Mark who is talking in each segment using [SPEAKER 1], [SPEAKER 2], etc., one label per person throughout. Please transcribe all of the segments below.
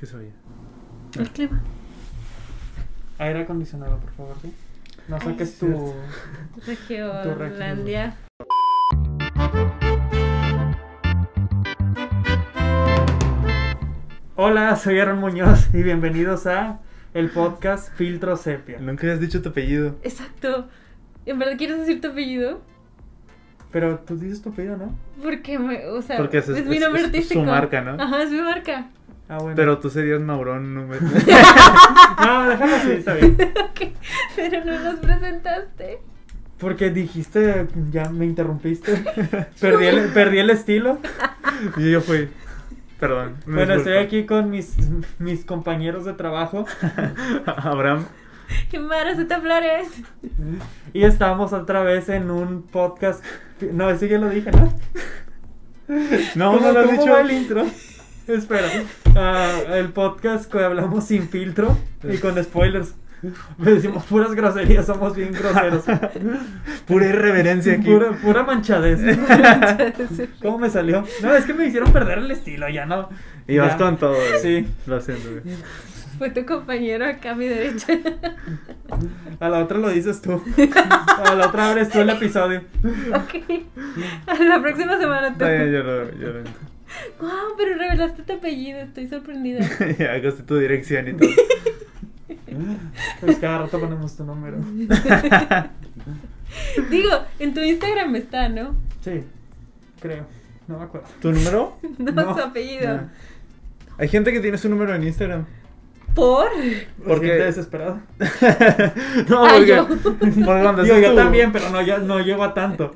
[SPEAKER 1] que se oye?
[SPEAKER 2] El clima.
[SPEAKER 3] Aire acondicionado, por favor, ¿sí? No
[SPEAKER 2] Ay,
[SPEAKER 3] saques
[SPEAKER 2] es
[SPEAKER 3] tu...
[SPEAKER 1] cierto.
[SPEAKER 2] Regiolandia.
[SPEAKER 3] Hola, soy Aaron Muñoz y bienvenidos a el podcast Filtro Sepia.
[SPEAKER 1] Nunca habías dicho tu apellido.
[SPEAKER 2] Exacto. ¿En verdad quieres decir tu apellido?
[SPEAKER 3] Pero tú dices tu apellido, ¿no?
[SPEAKER 2] Porque me, o sea,
[SPEAKER 1] Porque
[SPEAKER 2] es,
[SPEAKER 1] es- es-
[SPEAKER 2] mi nombre
[SPEAKER 1] es- es su
[SPEAKER 2] artístico.
[SPEAKER 1] marca, ¿no?
[SPEAKER 2] Ajá, es mi marca.
[SPEAKER 3] Ah, bueno.
[SPEAKER 1] Pero tú serías Maurón. No me...
[SPEAKER 3] No, déjalo así, está bien.
[SPEAKER 2] Ok, Pero no nos presentaste.
[SPEAKER 3] Porque dijiste, ya me interrumpiste. Perdí el, perdí el estilo.
[SPEAKER 1] y yo fui. Perdón. me
[SPEAKER 3] Bueno, estoy
[SPEAKER 1] disculpo.
[SPEAKER 3] aquí con mis, mis compañeros de trabajo
[SPEAKER 1] Abraham.
[SPEAKER 2] ¡Qué mara se te flores!
[SPEAKER 3] y estamos otra vez en un podcast. No, eso ya lo dije, ¿no?
[SPEAKER 1] No,
[SPEAKER 3] ¿Cómo-
[SPEAKER 1] no lo has
[SPEAKER 3] cómo
[SPEAKER 1] dicho.
[SPEAKER 3] va el intro? Espera. Ah, el podcast que hablamos sin filtro y con spoilers. Decimos puras groserías, somos bien groseros.
[SPEAKER 1] Pura irreverencia aquí.
[SPEAKER 3] Pura, pura manchadez. ¿Cómo me salió? No, es que me hicieron perder el estilo, ya no.
[SPEAKER 1] Y vas
[SPEAKER 3] ya.
[SPEAKER 1] con todo. güey.
[SPEAKER 3] Sí.
[SPEAKER 1] Lo siento, güey.
[SPEAKER 2] Fue tu compañero acá a mi derecha.
[SPEAKER 3] A la otra lo dices tú. A la otra abres tú el episodio.
[SPEAKER 2] ok. A la próxima semana tú.
[SPEAKER 1] Está bien, yo lo, yo lo entiendo.
[SPEAKER 2] Wow, pero revelaste tu apellido. Estoy sorprendida.
[SPEAKER 1] Ya gasté tu dirección y todo.
[SPEAKER 3] Pues cada rato ponemos tu número.
[SPEAKER 2] Digo, en tu Instagram está, ¿no?
[SPEAKER 3] Sí, creo. No me acuerdo.
[SPEAKER 1] ¿Tu número?
[SPEAKER 2] No,
[SPEAKER 3] No.
[SPEAKER 2] su apellido.
[SPEAKER 1] Ah. Hay gente que tiene su número en Instagram.
[SPEAKER 2] ¿Por?
[SPEAKER 1] ¿Por qué?
[SPEAKER 3] Porque desesperado.
[SPEAKER 1] no,
[SPEAKER 2] Ah,
[SPEAKER 1] porque,
[SPEAKER 2] yo.
[SPEAKER 1] porque cuando
[SPEAKER 3] Digo,
[SPEAKER 1] haces
[SPEAKER 3] yo
[SPEAKER 1] tu-
[SPEAKER 3] también, pero no, ya no llego a tanto.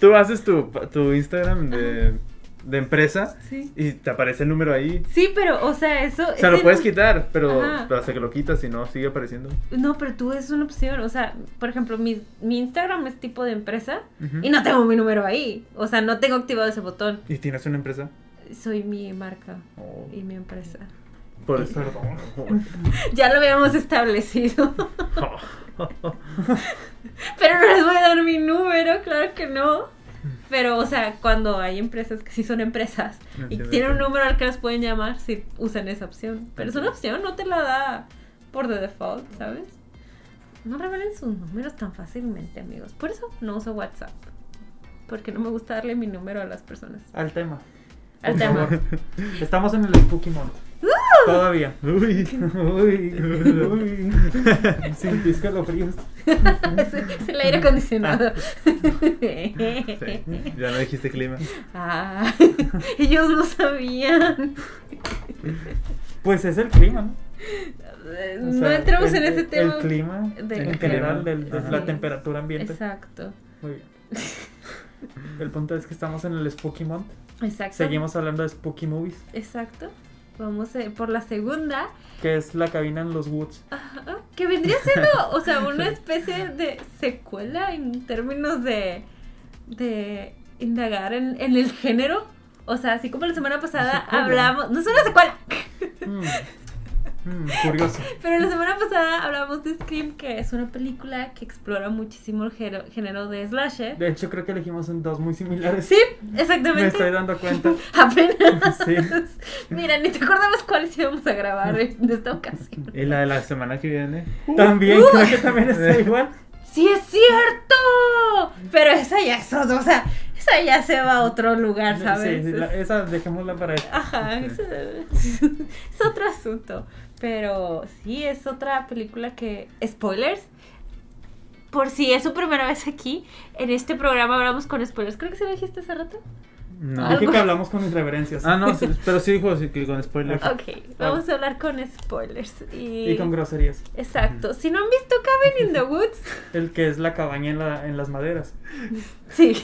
[SPEAKER 1] Tú haces tu, tu Instagram de, de empresa
[SPEAKER 2] Sí.
[SPEAKER 1] y te aparece el número ahí.
[SPEAKER 2] Sí, pero, o sea, eso.
[SPEAKER 1] O sea, lo
[SPEAKER 2] ese
[SPEAKER 1] puedes
[SPEAKER 2] no-
[SPEAKER 1] quitar, pero
[SPEAKER 2] Ajá.
[SPEAKER 1] hasta que lo quitas, si no, sigue apareciendo.
[SPEAKER 2] No, pero tú es una opción. O sea, por ejemplo, mi, mi Instagram es tipo de empresa y no tengo mi número ahí. O sea, no tengo activado ese botón.
[SPEAKER 1] ¿Y tienes una empresa?
[SPEAKER 2] Soy mi marca
[SPEAKER 1] Oh,
[SPEAKER 2] y mi empresa.
[SPEAKER 1] por eso.
[SPEAKER 3] Perdón.
[SPEAKER 2] Ya lo habíamos establecido. Pero no les voy a dar mi número, claro que no. Pero, o sea, cuando hay empresas que sí son empresas y
[SPEAKER 1] Entiendo,
[SPEAKER 2] tienen un
[SPEAKER 1] entiendo.
[SPEAKER 2] número al que las pueden llamar, si usan esa opción. Pero es una opción, no te la da por de default, ¿sabes? No revelen sus números tan fácilmente, amigos. Por eso no uso WhatsApp. Porque no me gusta darle mi número a las personas.
[SPEAKER 3] Al tema.
[SPEAKER 2] Al
[SPEAKER 3] Por
[SPEAKER 2] tema.
[SPEAKER 3] favor. Estamos en el Spooky Month. Todavía.
[SPEAKER 1] Uy.
[SPEAKER 3] Uy, uy. Sentí escalofríos.
[SPEAKER 2] es, es el aire acondicionado.
[SPEAKER 1] Ah. Sí, ya no dijiste clima.
[SPEAKER 2] Ah, ellos lo sabían.
[SPEAKER 3] Pues es el clima, ¿no?
[SPEAKER 2] Eh,
[SPEAKER 3] O
[SPEAKER 2] no
[SPEAKER 3] sea,
[SPEAKER 2] entramos
[SPEAKER 3] el-
[SPEAKER 2] en ese
[SPEAKER 3] el-
[SPEAKER 2] tema.
[SPEAKER 3] El clima,
[SPEAKER 2] del
[SPEAKER 3] en
[SPEAKER 2] clima.
[SPEAKER 3] general, del- de
[SPEAKER 1] Ajá.
[SPEAKER 3] la
[SPEAKER 2] Sí.
[SPEAKER 3] temperatura ambiente.
[SPEAKER 2] Exacto.
[SPEAKER 3] Muy bien. El punto es que estamos en el Spooky Month.
[SPEAKER 2] Exacto.
[SPEAKER 3] Seguimos hablando de Spooky Movies,
[SPEAKER 2] Exacto. Vamos eh, por la segunda,
[SPEAKER 3] que es la cabina en los Woods.
[SPEAKER 2] ah, que vendría siendo, o sea, una especie de secuela en términos de, de indagar en, en el género. O sea, así como la semana pasada
[SPEAKER 3] Secuela.
[SPEAKER 2] hablamos, no es una secuela,
[SPEAKER 3] Mm. Mm, Hmm. curioso.
[SPEAKER 2] pero la semana pasada hablamos de Scream, que es una película que explora muchísimo el género, género de slasher.
[SPEAKER 3] De hecho, creo que elegimos en dos muy similares.
[SPEAKER 2] Sí,
[SPEAKER 3] Me
[SPEAKER 2] exactamente.
[SPEAKER 3] estoy dando cuenta.
[SPEAKER 2] Apenas.
[SPEAKER 3] Sí.
[SPEAKER 2] Mira, ni te acordabas cuáles íbamos a grabar en esta ocasión.
[SPEAKER 3] Eh.
[SPEAKER 1] ¿Y la de la semana que viene?
[SPEAKER 2] Uh.
[SPEAKER 3] También, creo que también está igual.
[SPEAKER 2] ¡Sí es cierto! Pero esa ya es otra, o sea, esa ya se va a otro lugar, ¿sabes?
[SPEAKER 3] Sí, sí, la- esa dejémosla para eso.
[SPEAKER 2] Ajá,
[SPEAKER 1] Sí.
[SPEAKER 2] esa- es otro asunto. Pero sí, es otra película que. Spoilers. Por si es su primera vez aquí, en este programa hablamos con spoilers. Creo que se lo dijiste hace rato.
[SPEAKER 1] No.
[SPEAKER 3] Dije
[SPEAKER 2] Algo.
[SPEAKER 3] que hablamos con irreverencias.
[SPEAKER 1] Ah, no, sí, pero sí dijo sí, que con spoilers.
[SPEAKER 2] Ok, vamos a hablar con spoilers. Y,
[SPEAKER 3] Y con groserías.
[SPEAKER 2] Exacto. Si no han visto Cabin in the Woods,
[SPEAKER 3] El que es la cabaña en, la- en las maderas.
[SPEAKER 2] sí.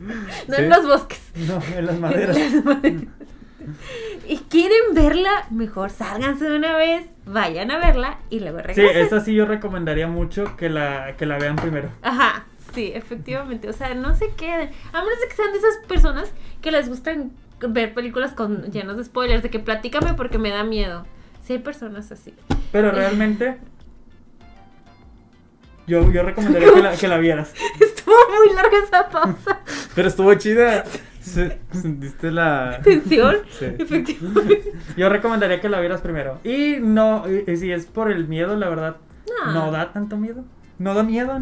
[SPEAKER 2] no
[SPEAKER 1] Sí.
[SPEAKER 2] en los bosques.
[SPEAKER 3] No, en las maderas.
[SPEAKER 2] y quieren verla, mejor sálganse de una vez, vayan a verla y luego
[SPEAKER 3] Sí,
[SPEAKER 2] regresen.
[SPEAKER 3] esa sí yo recomendaría mucho que la, que la vean primero.
[SPEAKER 2] Ajá, sí, efectivamente. O sea, no se queden. A menos de que sean de esas personas que les gustan ver películas con llenas de spoilers, de que platícame porque me da miedo. Sí, hay personas así.
[SPEAKER 3] Pero realmente. Yo, yo recomendaría que la, que la vieras.
[SPEAKER 2] Estuvo muy larga esa pausa.
[SPEAKER 1] Pero estuvo chida. Se- ¿Sentiste la...?
[SPEAKER 2] Tensión,
[SPEAKER 1] Sí.
[SPEAKER 2] efectivamente.
[SPEAKER 3] Yo recomendaría que la vieras primero. Y no, y- y si es por el miedo, la verdad,
[SPEAKER 2] No.
[SPEAKER 3] no da tanto miedo. No da miedo.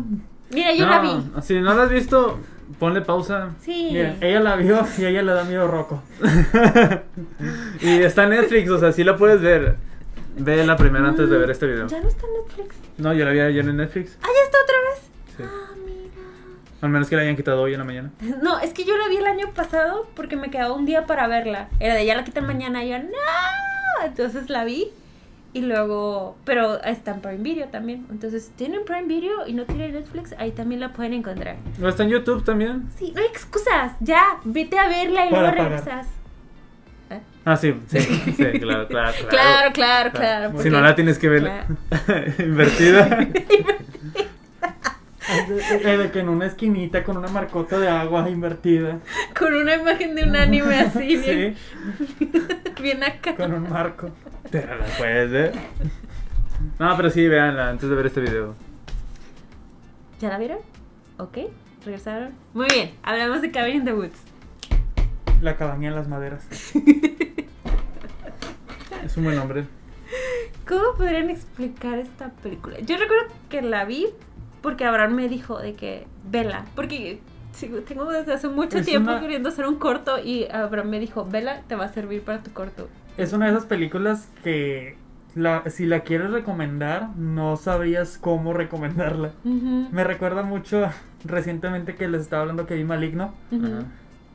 [SPEAKER 2] Mira, yo la vi.
[SPEAKER 1] No, Si no la has visto, ponle pausa.
[SPEAKER 2] Sí.
[SPEAKER 3] Mira, ella la vio y a ella le da miedo roco.
[SPEAKER 1] Y está en Netflix, o sea, sí la puedes ver. Ve la primera antes de ver este video.
[SPEAKER 2] Ya no está en Netflix.
[SPEAKER 1] No, yo la vi ayer en Netflix.
[SPEAKER 2] Ah, ya está otra vez.
[SPEAKER 1] Sí.
[SPEAKER 2] Ah, mira.
[SPEAKER 1] Al menos que la hayan quitado hoy en la mañana.
[SPEAKER 2] No, es que yo la vi el año pasado porque me quedaba un día para verla. Era de ya la quitan mañana y yo, no. Entonces la vi y luego, pero está en Prime Video también. Entonces, tienen Prime Video y no tienen Netflix, ahí también la pueden encontrar.
[SPEAKER 1] ¿No está en YouTube también?
[SPEAKER 2] Sí, no hay excusas. Ya, vete a verla y
[SPEAKER 3] Para
[SPEAKER 2] luego
[SPEAKER 3] pagar.
[SPEAKER 2] regresas.
[SPEAKER 1] Ah, sí, sí, sí, claro, Ah, claro, claro.
[SPEAKER 2] Claro, claro, claro.
[SPEAKER 1] Si
[SPEAKER 2] porque-
[SPEAKER 1] no la tienes que ver
[SPEAKER 2] Claro.
[SPEAKER 1] invertida.
[SPEAKER 3] Eh, de que en una esquinita con una marcota de agua invertida.
[SPEAKER 2] Con una imagen de un anime así, Pues bien,
[SPEAKER 3] Sí,
[SPEAKER 2] bien acá.
[SPEAKER 3] con un marco.
[SPEAKER 1] Pero la puedes ver. No, pero sí, véanla antes de ver este video.
[SPEAKER 2] ¿Ya la vieron? ¿Ok? ¿Regresaron? Muy bien, hablamos de Cabin in the Woods.
[SPEAKER 3] La cabaña en las maderas.
[SPEAKER 1] Es un buen nombre.
[SPEAKER 2] ¿Cómo podrían explicar esta película? Yo recuerdo que la vi porque Abraham me dijo de que vela, porque sigo- tengo desde hace mucho
[SPEAKER 3] Es
[SPEAKER 2] tiempo
[SPEAKER 3] una-
[SPEAKER 2] queriendo hacer un corto y Abraham me dijo, vela, te va a servir para tu corto.
[SPEAKER 3] Es una de esas películas que la, si la quieres recomendar, no sabrías cómo recomendarla.
[SPEAKER 2] Ujú,
[SPEAKER 3] Me recuerda mucho a- recientemente que les estaba hablando que vi Maligno,
[SPEAKER 2] ujú.
[SPEAKER 1] Ajá.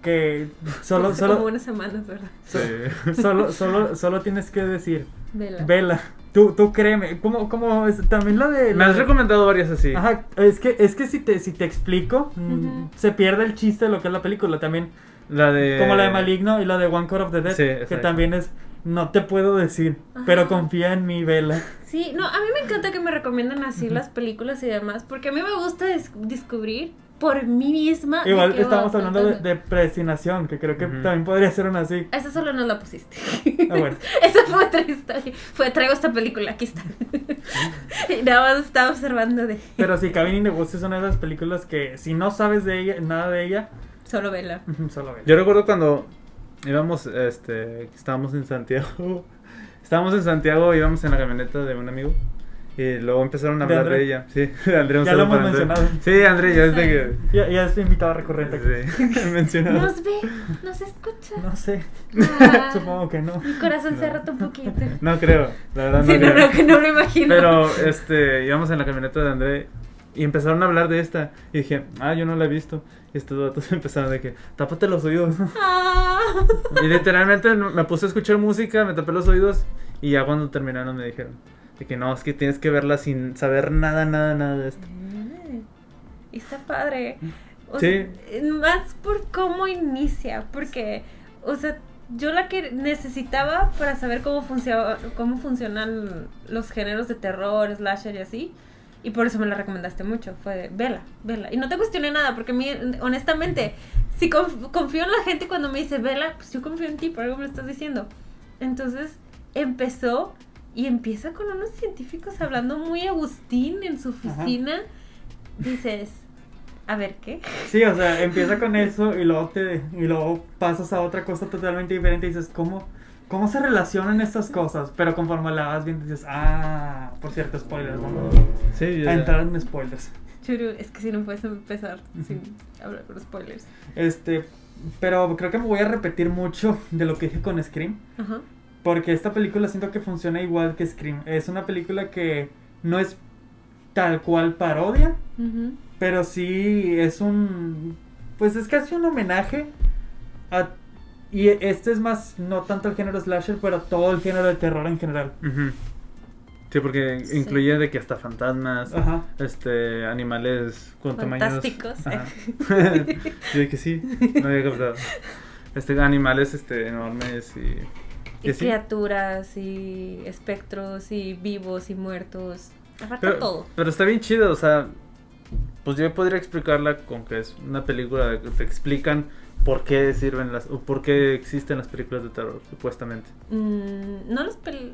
[SPEAKER 3] que solo,
[SPEAKER 2] Hace Como
[SPEAKER 3] solo,
[SPEAKER 2] unas semanas, ¿verdad?
[SPEAKER 1] Sí.
[SPEAKER 3] solo, solo, solo tienes que decir,
[SPEAKER 2] Vela.
[SPEAKER 3] vela, tú, tú créeme, como, como es, también la de...
[SPEAKER 1] Me
[SPEAKER 3] la
[SPEAKER 1] has
[SPEAKER 3] de-
[SPEAKER 1] recomendado varias así.
[SPEAKER 3] Ajá, es que, es que si te, si te explico, mm,
[SPEAKER 2] Ujú.
[SPEAKER 3] se pierde el chiste de lo que es la película también.
[SPEAKER 1] La de.
[SPEAKER 3] Como la de Maligno y la de One Core of the Dead,
[SPEAKER 1] Sí,
[SPEAKER 3] que
[SPEAKER 1] exacto.
[SPEAKER 3] también es, no te puedo decir, pero
[SPEAKER 2] Ajá.
[SPEAKER 3] confía en mi vela.
[SPEAKER 2] Sí, no, a mí me encanta que me recomiendan así las películas y demás, porque a mí me gusta des- descubrir por mí misma. de
[SPEAKER 3] Igual
[SPEAKER 2] qué va
[SPEAKER 3] estábamos hablando de,
[SPEAKER 2] tratando.
[SPEAKER 3] de predestinación, que creo que
[SPEAKER 1] Ujú.
[SPEAKER 3] también podría ser una así.
[SPEAKER 2] Esa solo nos la pusiste.
[SPEAKER 3] Ah, bueno.
[SPEAKER 2] Esa fue otra historia. Fue, traigo esta película, aquí está. y nada más estaba observando de
[SPEAKER 3] Pero sí, Cabin in the Woods es una de esas películas que si no sabes de ella, nada de ella,
[SPEAKER 2] solo vela.
[SPEAKER 3] solo vela.
[SPEAKER 1] Yo recuerdo cuando íbamos, este, estábamos en Santiago. Estábamos en Santiago, íbamos en la camioneta de un amigo. Y luego empezaron a
[SPEAKER 3] De
[SPEAKER 1] hablar de
[SPEAKER 3] André.
[SPEAKER 1] ella. Sí, de André un
[SPEAKER 3] Ya
[SPEAKER 1] saludo
[SPEAKER 3] lo hemos
[SPEAKER 1] para André.
[SPEAKER 3] mencionado.
[SPEAKER 1] Sí, André, ya desde que.
[SPEAKER 3] Ya, ya es invitado recurrente. aquí.
[SPEAKER 1] Sí, mencionado.
[SPEAKER 2] Nos ve, nos escucha.
[SPEAKER 3] No sé,
[SPEAKER 2] Ah,
[SPEAKER 3] supongo que no.
[SPEAKER 2] Mi corazón se ha
[SPEAKER 1] No.
[SPEAKER 2] roto un poquito.
[SPEAKER 1] No creo, la verdad no
[SPEAKER 2] sí, no,
[SPEAKER 1] creo.
[SPEAKER 2] no, que no lo imagino.
[SPEAKER 1] Pero este, íbamos en la camioneta de André y empezaron a hablar de esta. Y dije, ah, yo no la he visto. Y estos datos empezaron de que, tápate los oídos.
[SPEAKER 2] Ah.
[SPEAKER 1] Y literalmente no- me puse a escuchar música, me tapé los oídos y ya cuando terminaron me dijeron de que no, es que tienes que verla sin saber nada, nada, nada de esto.
[SPEAKER 2] Mm, Está padre. O
[SPEAKER 1] Sí.
[SPEAKER 2] sea, más por cómo inicia, porque, o sea, yo la que necesitaba para saber cómo, funciona, cómo funcionan los géneros de terror, slasher y así, y por eso me la recomendaste mucho, fue vela, vela. Y no te cuestioné nada, porque a mí, honestamente, si conf- confío en la gente cuando me dice vela, pues yo confío en ti, por algo me lo estás diciendo. Entonces empezó y empieza con unos científicos hablando muy Agustín en su oficina. Dices, a ver qué.
[SPEAKER 3] Sí, o sea, empieza con eso y luego, te, y luego pasas a otra cosa totalmente diferente y dices, ¿cómo, ¿cómo se relacionan estas cosas? Pero conforme la vas viendo dices, ah, por cierto, spoilers, vamos
[SPEAKER 1] Sí,
[SPEAKER 3] a
[SPEAKER 1] ya-
[SPEAKER 3] entrar en spoilers.
[SPEAKER 2] Churu, es que si no puedes empezar sin hablar con spoilers.
[SPEAKER 3] Este, pero creo que me voy a repetir mucho de lo que dije con Scream.
[SPEAKER 2] Ajá.
[SPEAKER 3] Porque esta película siento que funciona igual que Scream. Es una película que no es tal cual parodia,
[SPEAKER 2] Ujú.
[SPEAKER 3] pero sí es un... Pues es casi un homenaje a... Y este es más, no tanto el género slasher, pero a todo el género de terror en general.
[SPEAKER 1] Ujú. Sí, porque
[SPEAKER 2] Sí.
[SPEAKER 1] incluye de que hasta fantasmas,
[SPEAKER 3] Ajá.
[SPEAKER 1] este, animales con tamaños...
[SPEAKER 2] Fantásticos.
[SPEAKER 1] Ajá. Yo de que sí, no había captado. Este, animales este, enormes y...
[SPEAKER 2] Y
[SPEAKER 1] sí.
[SPEAKER 2] criaturas, y espectros, y vivos, y muertos. Abarca
[SPEAKER 1] Pero,
[SPEAKER 2] todo.
[SPEAKER 1] pero está bien chido, o sea, pues yo podría explicarla con que es una película de que te explican por qué sirven las, o por qué existen las películas de terror, supuestamente.
[SPEAKER 2] Mm, no los pel...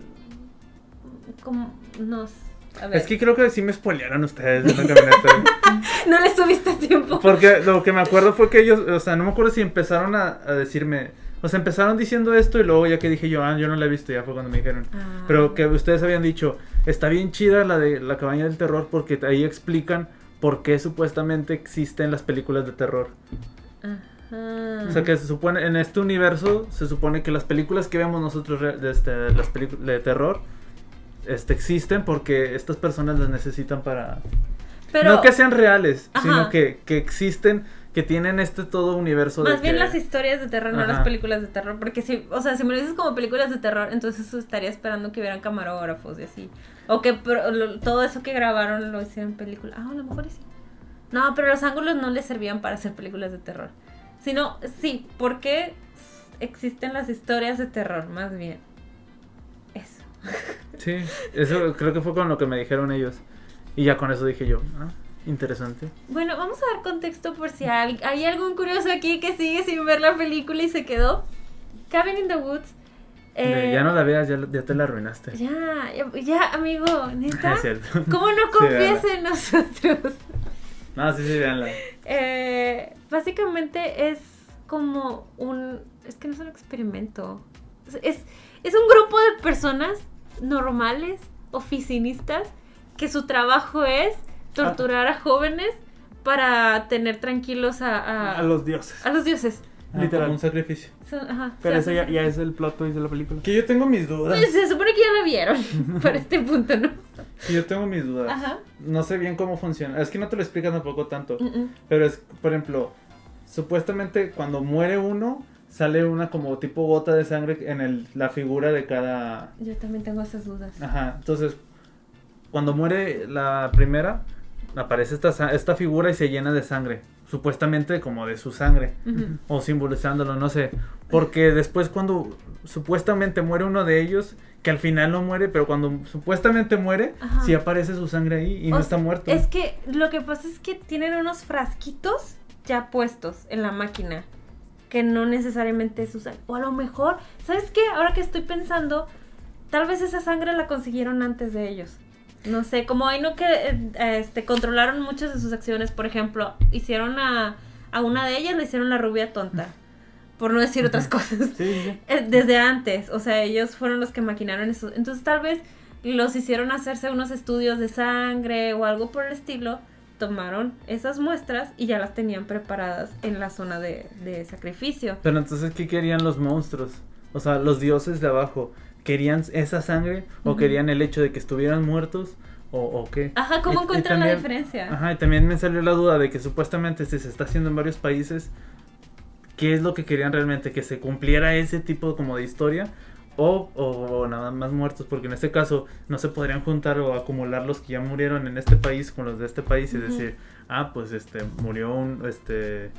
[SPEAKER 2] Como... No sé. A ver.
[SPEAKER 1] Es que creo que sí me spoilearon ustedes de la camioneta.
[SPEAKER 2] No le subiste tiempo.
[SPEAKER 1] ¿eh? Porque lo que me acuerdo fue que ellos, o sea, no me acuerdo si empezaron a, a decirme, o sea, empezaron diciendo esto y luego ya que dije yo, ah, yo no la he visto, ya fue cuando me dijeron.
[SPEAKER 2] Ah.
[SPEAKER 1] Pero que ustedes habían dicho, está bien chida la de la cabaña del terror porque ahí explican por qué supuestamente existen las películas de terror.
[SPEAKER 2] Ajá.
[SPEAKER 1] O sea, que se supone, en este universo, se supone que las películas que vemos nosotros, re- de este, las películas de terror, este, existen porque estas personas las necesitan para...
[SPEAKER 2] Pero
[SPEAKER 1] no que sean reales,
[SPEAKER 2] Ajá.
[SPEAKER 1] sino que, que existen, que tienen este todo universo de
[SPEAKER 2] más bien
[SPEAKER 1] que-
[SPEAKER 2] las historias de terror, no
[SPEAKER 1] Ajá.
[SPEAKER 2] las películas de terror. Porque si, o sea, si me lo dices como películas de terror, entonces estaría esperando que hubieran camarógrafos y así. O que pro- lo- todo eso que grabaron lo hicieron en película. Ah, a lo mejor y sí. No, pero los ángulos no les servían para hacer películas de terror. Sino, sí, porque existen las historias de terror, más bien. Eso.
[SPEAKER 1] Sí, eso creo que fue con lo que me dijeron ellos. Y ya con eso dije yo, ah, interesante.
[SPEAKER 2] Bueno, vamos a dar contexto por si al- hay algún curioso aquí que sigue sin ver la película y se quedó. Cabin in the Woods.
[SPEAKER 1] De,
[SPEAKER 2] eh,
[SPEAKER 1] ya no la veas, ya, la- ya te la arruinaste.
[SPEAKER 2] Ya, ya, ya, amigo, neta.
[SPEAKER 1] Es cierto.
[SPEAKER 2] ¿Cómo no
[SPEAKER 1] Sí,
[SPEAKER 2] confías en nosotros?
[SPEAKER 1] No, sí, sí, veanla.
[SPEAKER 2] Eh, básicamente es como un. Es que no es un experimento. Es, es, es un grupo de personas normales, oficinistas, que su trabajo es torturar a jóvenes para tener tranquilos a, a-
[SPEAKER 3] A los dioses.
[SPEAKER 2] a los dioses.
[SPEAKER 3] Literal.
[SPEAKER 1] Ah, un sacrificio.
[SPEAKER 2] Son- ajá,
[SPEAKER 3] Pero
[SPEAKER 2] se
[SPEAKER 3] eso ya,
[SPEAKER 2] hacen-
[SPEAKER 3] ya es el plot twist de la película.
[SPEAKER 1] Que yo tengo mis dudas.
[SPEAKER 2] Pues, Se supone que ya la vieron para este punto, ¿no?
[SPEAKER 1] que yo tengo mis dudas.
[SPEAKER 2] Ajá.
[SPEAKER 1] No sé bien cómo funciona. Es que no te lo explican tampoco tanto.
[SPEAKER 2] Mm, mm.
[SPEAKER 1] Pero es, por ejemplo, supuestamente cuando muere uno, sale una como tipo gota de sangre en el- la figura de cada,
[SPEAKER 2] Yo también tengo esas dudas.
[SPEAKER 1] Ajá, entonces cuando muere la primera, aparece esta, sa- esta figura y se llena de sangre, supuestamente como de su sangre,
[SPEAKER 2] Ujú.
[SPEAKER 1] o simbolizándolo, no sé, porque después cuando supuestamente muere uno de ellos, que al final no muere, pero cuando supuestamente muere,
[SPEAKER 2] Ajá.
[SPEAKER 1] sí aparece su sangre ahí y no
[SPEAKER 2] O
[SPEAKER 1] está
[SPEAKER 2] sea,
[SPEAKER 1] muerto.
[SPEAKER 2] Es que lo que pasa es que tienen unos frasquitos ya puestos en la máquina. Que no necesariamente es su sangre. O a lo mejor, ¿sabes qué? Ahora que estoy pensando, tal vez esa sangre la consiguieron antes de ellos. No sé, como hay no que eh, este, controlaron muchas de sus acciones. Por ejemplo, hicieron a, a una de ellas, le hicieron la rubia tonta. Por no decir otras cosas.
[SPEAKER 3] Sí, sí, sí.
[SPEAKER 2] Eh, Desde antes, o sea, ellos fueron los que maquinaron eso. Entonces tal vez los hicieron hacerse unos estudios de sangre o algo por el estilo, tomaron esas muestras y ya las tenían preparadas en la zona de, de sacrificio.
[SPEAKER 1] Pero entonces, ¿qué querían los monstruos? O sea, los dioses de abajo, ¿querían esa sangre o
[SPEAKER 2] Ujú.
[SPEAKER 1] querían el hecho de que estuvieran muertos o, o qué?
[SPEAKER 2] Ajá,
[SPEAKER 1] Y-
[SPEAKER 2] ¿cómo
[SPEAKER 1] y
[SPEAKER 2] encuentran la
[SPEAKER 1] también-
[SPEAKER 2] diferencia?
[SPEAKER 1] Ajá, y también me salió la duda de que supuestamente si se está haciendo en varios países, ¿qué es lo que querían realmente? ¿Que se cumpliera ese tipo como de historia? O, o, o nada más muertos, porque en este caso no se podrían juntar o acumular los que ya murieron en este país con los de este país y
[SPEAKER 2] Ujú.
[SPEAKER 1] decir, ah, pues este, murió un, este,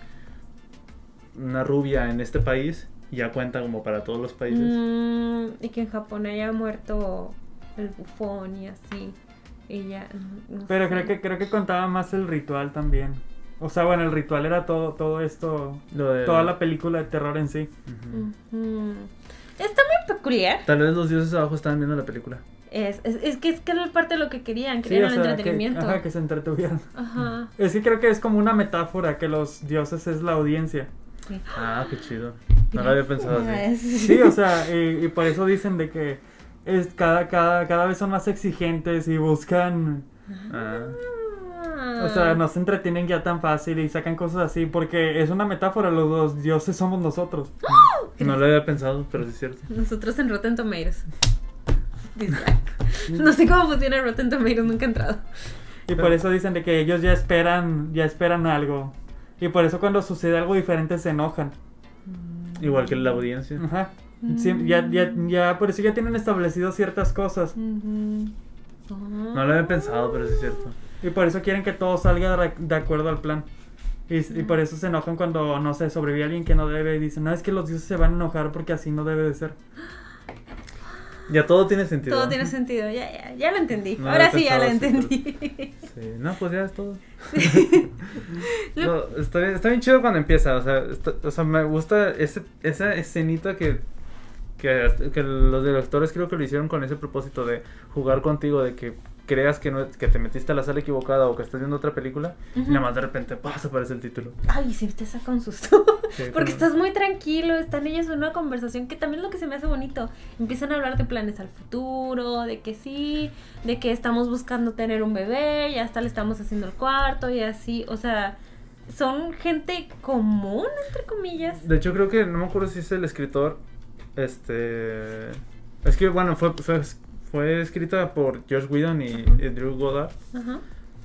[SPEAKER 1] una rubia en este país y ya cuenta como para todos los países.
[SPEAKER 2] Mm, y que en Japón haya muerto el bufón y así. Y ya, mm, no
[SPEAKER 3] Pero
[SPEAKER 2] sé.
[SPEAKER 3] creo que, creo que contaba más el ritual también. O sea, bueno, el ritual era todo, todo esto,
[SPEAKER 1] Lo del-
[SPEAKER 3] toda la película de terror en sí.
[SPEAKER 1] Ujú.
[SPEAKER 2] Mm. Ujú. Está muy peculiar.
[SPEAKER 1] Tal vez los dioses abajo estaban viendo la película.
[SPEAKER 2] Es, es, es que es que era parte de lo que querían,
[SPEAKER 3] Sí,
[SPEAKER 2] querían
[SPEAKER 3] o
[SPEAKER 2] el
[SPEAKER 3] sea, que,
[SPEAKER 2] entretenimiento.
[SPEAKER 3] ajá, que se entretuvieran.
[SPEAKER 2] Ajá.
[SPEAKER 3] Es que creo que es como una metáfora que los dioses es la audiencia.
[SPEAKER 1] Ah, qué chido. No lo había pensado así.
[SPEAKER 2] Gracias.
[SPEAKER 3] Sí, o sea, y, y por eso dicen de que es cada, cada, cada vez son más exigentes y buscan,
[SPEAKER 1] Ah.
[SPEAKER 2] Ah.
[SPEAKER 3] o sea, no se entretienen ya tan fácil y sacan cosas así, porque es una metáfora, los, los dioses somos nosotros.
[SPEAKER 1] No lo había pensado, pero sí es cierto.
[SPEAKER 2] Nosotros en Rotten Tomatoes. Dislike. No sé cómo funciona Rotten Tomatoes, nunca he entrado.
[SPEAKER 3] Y por eso dicen de que ellos ya esperan, ya esperan algo. Y por eso cuando sucede algo diferente se enojan.
[SPEAKER 1] Igual que la audiencia.
[SPEAKER 3] Ajá. Sí, ya, ya, ya, por eso ya tienen establecido ciertas cosas.
[SPEAKER 1] No lo había pensado, pero sí es cierto.
[SPEAKER 3] Y por eso quieren que todo salga de- de acuerdo al plan. Y, y por eso se enojan cuando, no sé, sobrevive alguien que no debe y dicen, no, es que los dioses se van a enojar porque así no debe de ser.
[SPEAKER 1] Ya todo tiene sentido.
[SPEAKER 2] Todo tiene sentido, ya, ya, ya lo entendí.
[SPEAKER 1] No
[SPEAKER 2] Ahora
[SPEAKER 1] había
[SPEAKER 2] sí ya lo
[SPEAKER 1] pensado así,
[SPEAKER 2] entendí.
[SPEAKER 1] Sí, no, pues ya es todo.
[SPEAKER 2] Lo-
[SPEAKER 1] No, está, bien, está bien chido cuando empieza. O sea, está- o sea me gusta ese, esa escenita que, que, que los directores creo que lo hicieron con ese propósito de jugar contigo, de que creas que, no, que te metiste a la sala equivocada o que estás viendo otra película, y
[SPEAKER 2] Ujú.
[SPEAKER 1] nada más de repente ¡pah! se aparece el título.
[SPEAKER 2] Ay, sí, te saca un susto.
[SPEAKER 1] Sí,
[SPEAKER 2] Porque
[SPEAKER 1] como-
[SPEAKER 2] estás muy tranquilo, están ellos en una conversación que también es lo que se me hace bonito. Empiezan a hablar de planes al futuro, de que sí, de que estamos buscando tener un bebé, ya hasta le estamos haciendo el cuarto y así. O sea, son gente común, entre comillas.
[SPEAKER 1] De hecho, creo que no me acuerdo si es el escritor. Este. Es que, bueno, fue, fue, fue escrita por Josh Whedon y,
[SPEAKER 2] Ujú.
[SPEAKER 1] y Drew Goddard.
[SPEAKER 2] Ajá.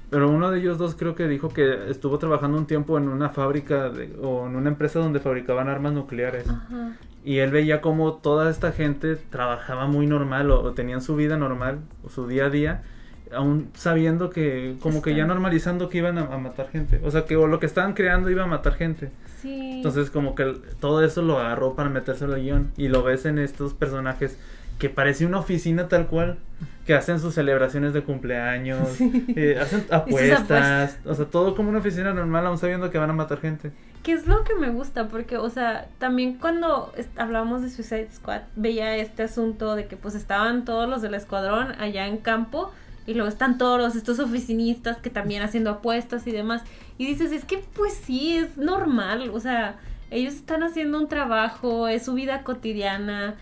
[SPEAKER 1] Pero uno de ellos dos creo que dijo que estuvo trabajando un tiempo en una fábrica de- o en una empresa donde fabricaban armas nucleares.
[SPEAKER 2] Ajá.
[SPEAKER 1] Y él veía cómo toda esta gente trabajaba muy normal o, o tenían su vida normal, o su día a día, aún sabiendo que, como que ya
[SPEAKER 2] Están-
[SPEAKER 1] normalizando que iban a, a matar gente. O sea, que o lo que estaban creando iba a matar gente.
[SPEAKER 2] Sí.
[SPEAKER 1] Entonces como que el- todo eso lo agarró para metérselo al guión y lo ves en estos personajes que parece una oficina tal cual, que hacen sus celebraciones de cumpleaños,
[SPEAKER 2] Sí.
[SPEAKER 1] eh, hacen apuestas, o sea, todo como una oficina normal aún sabiendo que van a matar gente.
[SPEAKER 2] que es lo que me gusta, porque, o sea, también cuando es- hablábamos de Suicide Squad, veía este asunto de que pues estaban todos los del escuadrón allá en campo y luego están todos los- estos oficinistas que también haciendo apuestas y demás. Y dices, es que pues sí, es normal, o sea, ellos están haciendo un trabajo, es su vida cotidiana,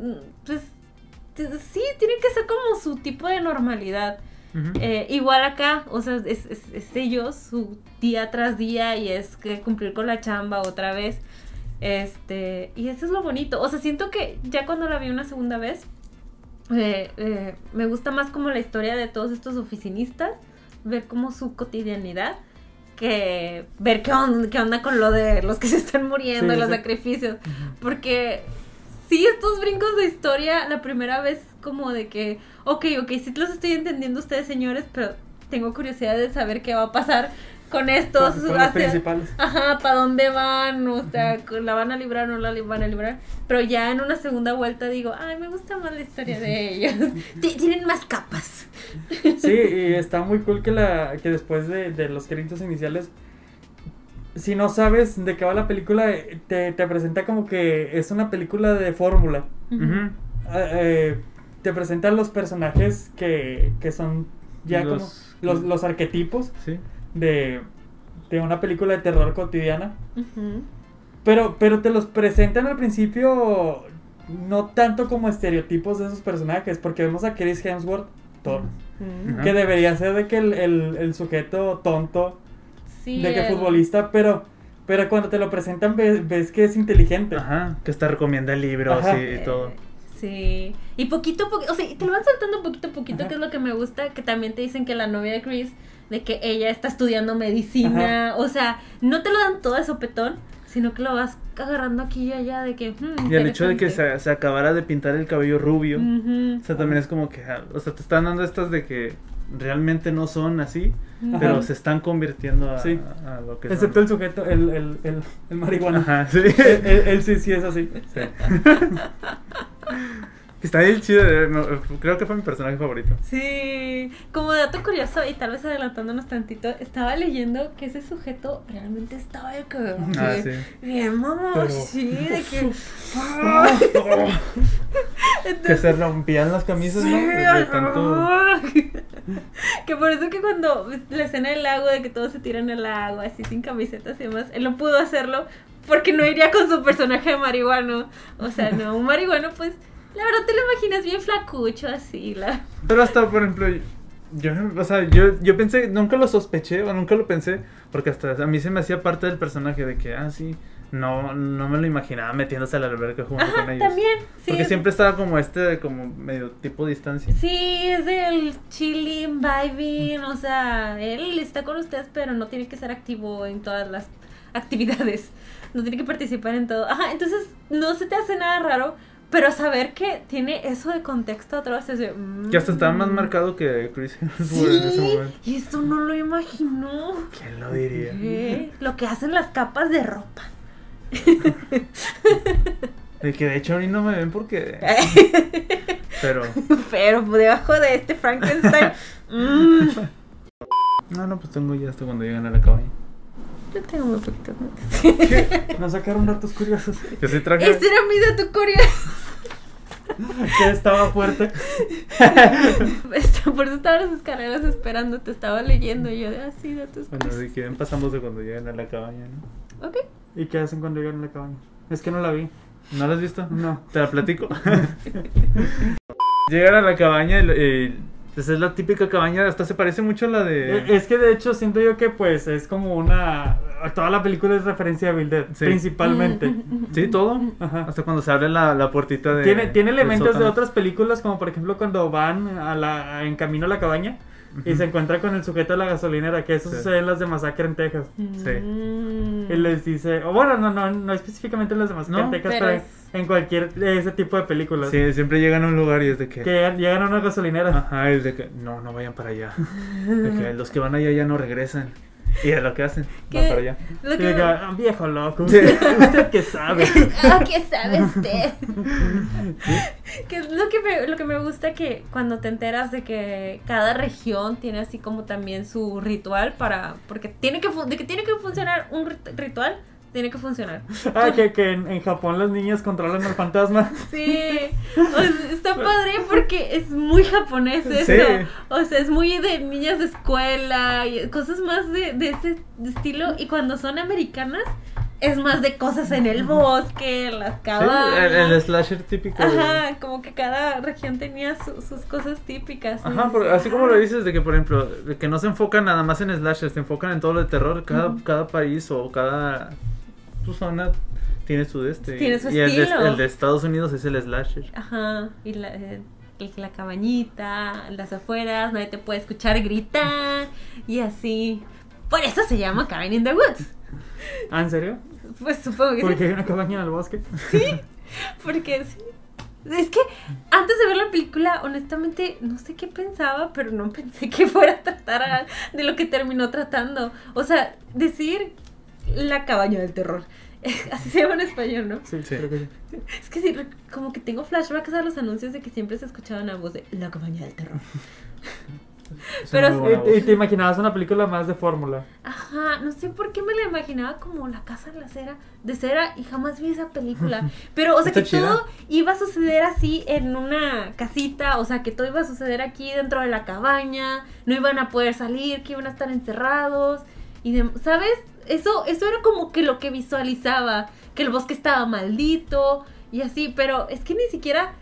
[SPEAKER 2] mm, pues t- sí, tiene que ser como su tipo de normalidad.
[SPEAKER 1] Ujú.
[SPEAKER 2] Eh, igual acá, o sea, es, es- es ellos, su día tras día, y es que cumplir con la chamba otra vez. Este, y eso es lo bonito. O sea, siento que ya cuando la vi una segunda vez, eh, eh, me gusta más como la historia de todos estos oficinistas, ver como su cotidianidad, que ver qué, on- qué onda con lo de los que se están muriendo,
[SPEAKER 1] Sí,
[SPEAKER 2] los
[SPEAKER 1] sí.
[SPEAKER 2] sacrificios. Porque sí, estos brincos de historia, la primera vez como de que, ok, ok, sí los estoy entendiendo ustedes señores, pero tengo curiosidad de saber qué va a pasar con estos.
[SPEAKER 3] Con- con los
[SPEAKER 2] hacia-
[SPEAKER 3] principales.
[SPEAKER 2] Ajá, ¿para dónde van? O sea, ¿la van a librar o no la li- van a librar? Pero ya en una segunda vuelta digo, ay, me gusta más la historia de ellos. Ti- Tienen más capas.
[SPEAKER 3] Sí, y está muy cool que, la, que después de, de los créditos iniciales, si no sabes de qué va la película, eh, te, te presenta como que es una película de fórmula.
[SPEAKER 1] Ujú.
[SPEAKER 3] Eh, eh, te presenta los personajes que, que son ya
[SPEAKER 1] Los-
[SPEAKER 3] como los, los arquetipos
[SPEAKER 1] Sí.
[SPEAKER 3] de, de una película de terror cotidiana.
[SPEAKER 2] Ujú.
[SPEAKER 3] Pero, pero te los presentan al principio no tanto como estereotipos de esos personajes, porque vemos a Chris Hemsworth, Thor,
[SPEAKER 2] Ujú.
[SPEAKER 3] que debería ser de que el, el- el sujeto tonto,
[SPEAKER 2] Sí,
[SPEAKER 3] de que
[SPEAKER 2] el-
[SPEAKER 3] futbolista, pero, pero cuando te lo presentan ves, ves que es inteligente.
[SPEAKER 1] Ajá, que hasta recomienda libros
[SPEAKER 3] Ajá.
[SPEAKER 1] y, y todo.
[SPEAKER 2] Eh, Sí, y poquito a poquito, o sea, y te lo van saltando poquito a poquito,
[SPEAKER 3] Ajá.
[SPEAKER 2] que es lo que me gusta, que también te dicen que la novia de Chris, de que ella está estudiando medicina, o sea, no te lo dan todo de sopetón, sino que lo vas agarrando aquí y allá, de que... hmm,
[SPEAKER 1] Y el hecho de que
[SPEAKER 2] interesante. Mm.
[SPEAKER 1] se, se acabara de pintar el cabello rubio,
[SPEAKER 2] Ujú,
[SPEAKER 1] o sea, también es como que, ah, o sea, te están dando estas de que realmente no son así,
[SPEAKER 2] ujú.
[SPEAKER 1] pero se están convirtiendo a,
[SPEAKER 3] Sí.
[SPEAKER 1] a lo que
[SPEAKER 3] Excepto el
[SPEAKER 1] son.
[SPEAKER 3] sujeto, el, el, el, el marihuana.
[SPEAKER 1] Ajá,
[SPEAKER 2] Eh,
[SPEAKER 1] sí.
[SPEAKER 3] Él, él- él sí, sí es así.
[SPEAKER 1] Sí. Está bien chido, eh, no, eh, creo que fue mi personaje favorito.
[SPEAKER 2] Sí, como dato curioso y tal vez adelantándonos tantito, estaba leyendo que ese sujeto realmente estaba de que...
[SPEAKER 1] Ah,
[SPEAKER 2] que
[SPEAKER 1] sí.
[SPEAKER 2] Bien, mamá,
[SPEAKER 3] Pero-
[SPEAKER 2] sí, de que...
[SPEAKER 1] que se rompían las camisas, ¿no? De- de tanto...
[SPEAKER 2] Que por eso que cuando la escena del lago, de que todos se tiran al lago, así sin camisetas y demás, él no pudo hacerlo porque no iría con su personaje de marihuano. O sea, no, un marihuano, pues, la verdad te lo imaginas bien flacucho, así, la...
[SPEAKER 1] Pero hasta, por ejemplo, yo, no- o sea, yo, yo pensé, nunca lo sospeché o nunca lo pensé, porque hasta a mí se me hacía parte del personaje de que, ah, sí, no, no me lo imaginaba metiéndose a la alberca junto con ellos.
[SPEAKER 2] También, sí.
[SPEAKER 1] Porque
[SPEAKER 2] es-
[SPEAKER 1] siempre estaba como este, como medio tipo de distancia.
[SPEAKER 2] Sí, es del chilling, vibing, o sea, él está con ustedes, pero no tiene que ser activo en todas las actividades, no tiene que participar en todo. Ajá, entonces no se te hace nada raro, pero saber que tiene eso de contexto atrás es de... mm.
[SPEAKER 1] Que hasta estaba más marcado que Chris Hemsworth en ese
[SPEAKER 2] Sí,
[SPEAKER 1] momento.
[SPEAKER 2] y eso no lo imaginó.
[SPEAKER 1] ¿Quién lo diría?
[SPEAKER 2] Eh, Lo que hacen las capas de ropa.
[SPEAKER 1] De que de hecho a mí no me ven porque...
[SPEAKER 2] Eh.
[SPEAKER 1] Pero...
[SPEAKER 2] Pero debajo de este Frankenstein... mm.
[SPEAKER 1] No, no, pues tengo ya hasta cuando llegan a la cabaña.
[SPEAKER 2] yo tengo muy poquito.
[SPEAKER 3] Nos sacaron datos curiosos.
[SPEAKER 1] Yo sí traje...
[SPEAKER 2] Ese era mi dato curioso.
[SPEAKER 3] que estaba fuerte.
[SPEAKER 2] Esta- Este, Por eso estaba en las escaleras esperando, te estaba leyendo y yo de así de tus
[SPEAKER 1] Bueno,
[SPEAKER 2] cosas.
[SPEAKER 1] de que ven, pasamos de cuando llegan a la cabaña, ¿no?
[SPEAKER 2] Ok.
[SPEAKER 3] ¿Y qué hacen cuando llegan a la cabaña? Es que no la vi.
[SPEAKER 1] ¿No la has visto?
[SPEAKER 3] No.
[SPEAKER 1] ¿Te la platico? Llegan a la cabaña y, y, pues, es la típica cabaña, hasta se parece mucho a la
[SPEAKER 3] Eh,
[SPEAKER 1] de...
[SPEAKER 3] Es que de hecho siento yo que pues es como una... Toda la película es referencia a Bill Dead,
[SPEAKER 1] Sí.
[SPEAKER 3] principalmente.
[SPEAKER 1] Sí, todo.
[SPEAKER 3] Ajá.
[SPEAKER 1] Hasta cuando se abre la, la puertita de...
[SPEAKER 3] Tiene, tiene
[SPEAKER 1] del
[SPEAKER 3] elementos de
[SPEAKER 1] sótano.
[SPEAKER 3] otras películas, como por ejemplo cuando van a la, en camino a la cabaña y se encuentra con el sujeto de la gasolinera, que eso
[SPEAKER 1] Sí.
[SPEAKER 3] sucede en las de Masacre en Texas.
[SPEAKER 1] Sí.
[SPEAKER 2] Mm.
[SPEAKER 3] Y les dice, o bueno, no, no, no específicamente en las de Masacre
[SPEAKER 1] No,
[SPEAKER 3] en Texas,
[SPEAKER 2] pero
[SPEAKER 3] pero,
[SPEAKER 2] es-
[SPEAKER 3] en cualquier de ese tipo de películas.
[SPEAKER 1] Sí, Ah. siempre llegan a un lugar y es de que...
[SPEAKER 3] Que llegan, llegan a una gasolinera.
[SPEAKER 1] Ajá, es de que no, no vayan para allá. De que los que van allá ya no regresan. Y es lo que hacen, van
[SPEAKER 2] ¿Qué?
[SPEAKER 1] para allá.
[SPEAKER 2] Lo
[SPEAKER 3] Y
[SPEAKER 2] que-
[SPEAKER 3] llega, "Ah, viejo loco,
[SPEAKER 1] Sí.
[SPEAKER 3] usted, usted que sabe.
[SPEAKER 2] Ah, ¿qué sabe usted? que es lo que, me, lo que me gusta que cuando te enteras de que cada región tiene así como también su ritual para... Porque tiene que, fun- de que tiene que funcionar un rit- ritual, tiene que funcionar.
[SPEAKER 3] Ah, que, que en, en Japón las niñas controlan al fantasma.
[SPEAKER 2] Sí, o sea, está padre porque es muy japonés
[SPEAKER 1] Sí.
[SPEAKER 2] eso. O sea, es muy de niñas de escuela y cosas más de, de ese estilo. Y cuando son americanas, es más de cosas en el bosque, en las
[SPEAKER 1] Sí, el, el
[SPEAKER 2] cabañas.
[SPEAKER 1] slasher típico. de-
[SPEAKER 2] Ah, Ajá, como que cada región tenía su- sus cosas típicas. Y
[SPEAKER 1] Ajá,
[SPEAKER 2] dices,
[SPEAKER 1] por- así como
[SPEAKER 2] "Ah".
[SPEAKER 1] lo dices, de que por ejemplo, de que no se enfocan nada más en slashers, se enfocan en todo lo de terror. Cada, cada país o cada su zona tiene su de este.
[SPEAKER 2] Tiene su
[SPEAKER 1] y el de-
[SPEAKER 2] estilo.
[SPEAKER 1] el de Estados Unidos es el slasher.
[SPEAKER 2] Ajá, y la, eh, y la cabañita, las afueras, nadie te puede escuchar gritar y así. Por eso se llama Cabin in the Woods.
[SPEAKER 3] Ah, ¿en serio?
[SPEAKER 2] Pues supongo que sí.
[SPEAKER 3] Porque hay una cabaña en el bosque.
[SPEAKER 2] Porque sí. Es que antes de ver la película, honestamente, no sé qué pensaba, pero no pensé que fuera a tratar a- de lo que terminó tratando. O sea, decir la cabaña del terror. Así se llama en español, ¿no?
[SPEAKER 3] Sí,
[SPEAKER 1] Sí.
[SPEAKER 3] creo que sí.
[SPEAKER 2] Es que sí, re- como que tengo flashbacks a los anuncios de que siempre se escuchaban a voz de la cabaña del terror.
[SPEAKER 1] Es
[SPEAKER 2] Pero-
[SPEAKER 1] muy buena voz.
[SPEAKER 3] Y, y te imaginabas una película más de fórmula.
[SPEAKER 2] Ajá, no sé por qué me la imaginaba como la casa de la cera, de cera y jamás vi esa película. Pero, o sea,
[SPEAKER 1] Está
[SPEAKER 2] que
[SPEAKER 1] chida.
[SPEAKER 2] todo iba a suceder así en una casita, o sea, que todo iba a suceder aquí dentro de la cabaña, no iban a poder salir, que iban a estar encerrados y dem- ¿sabes? Eso eso era como que lo que visualizaba, que el bosque estaba maldito y así, pero es que ni siquiera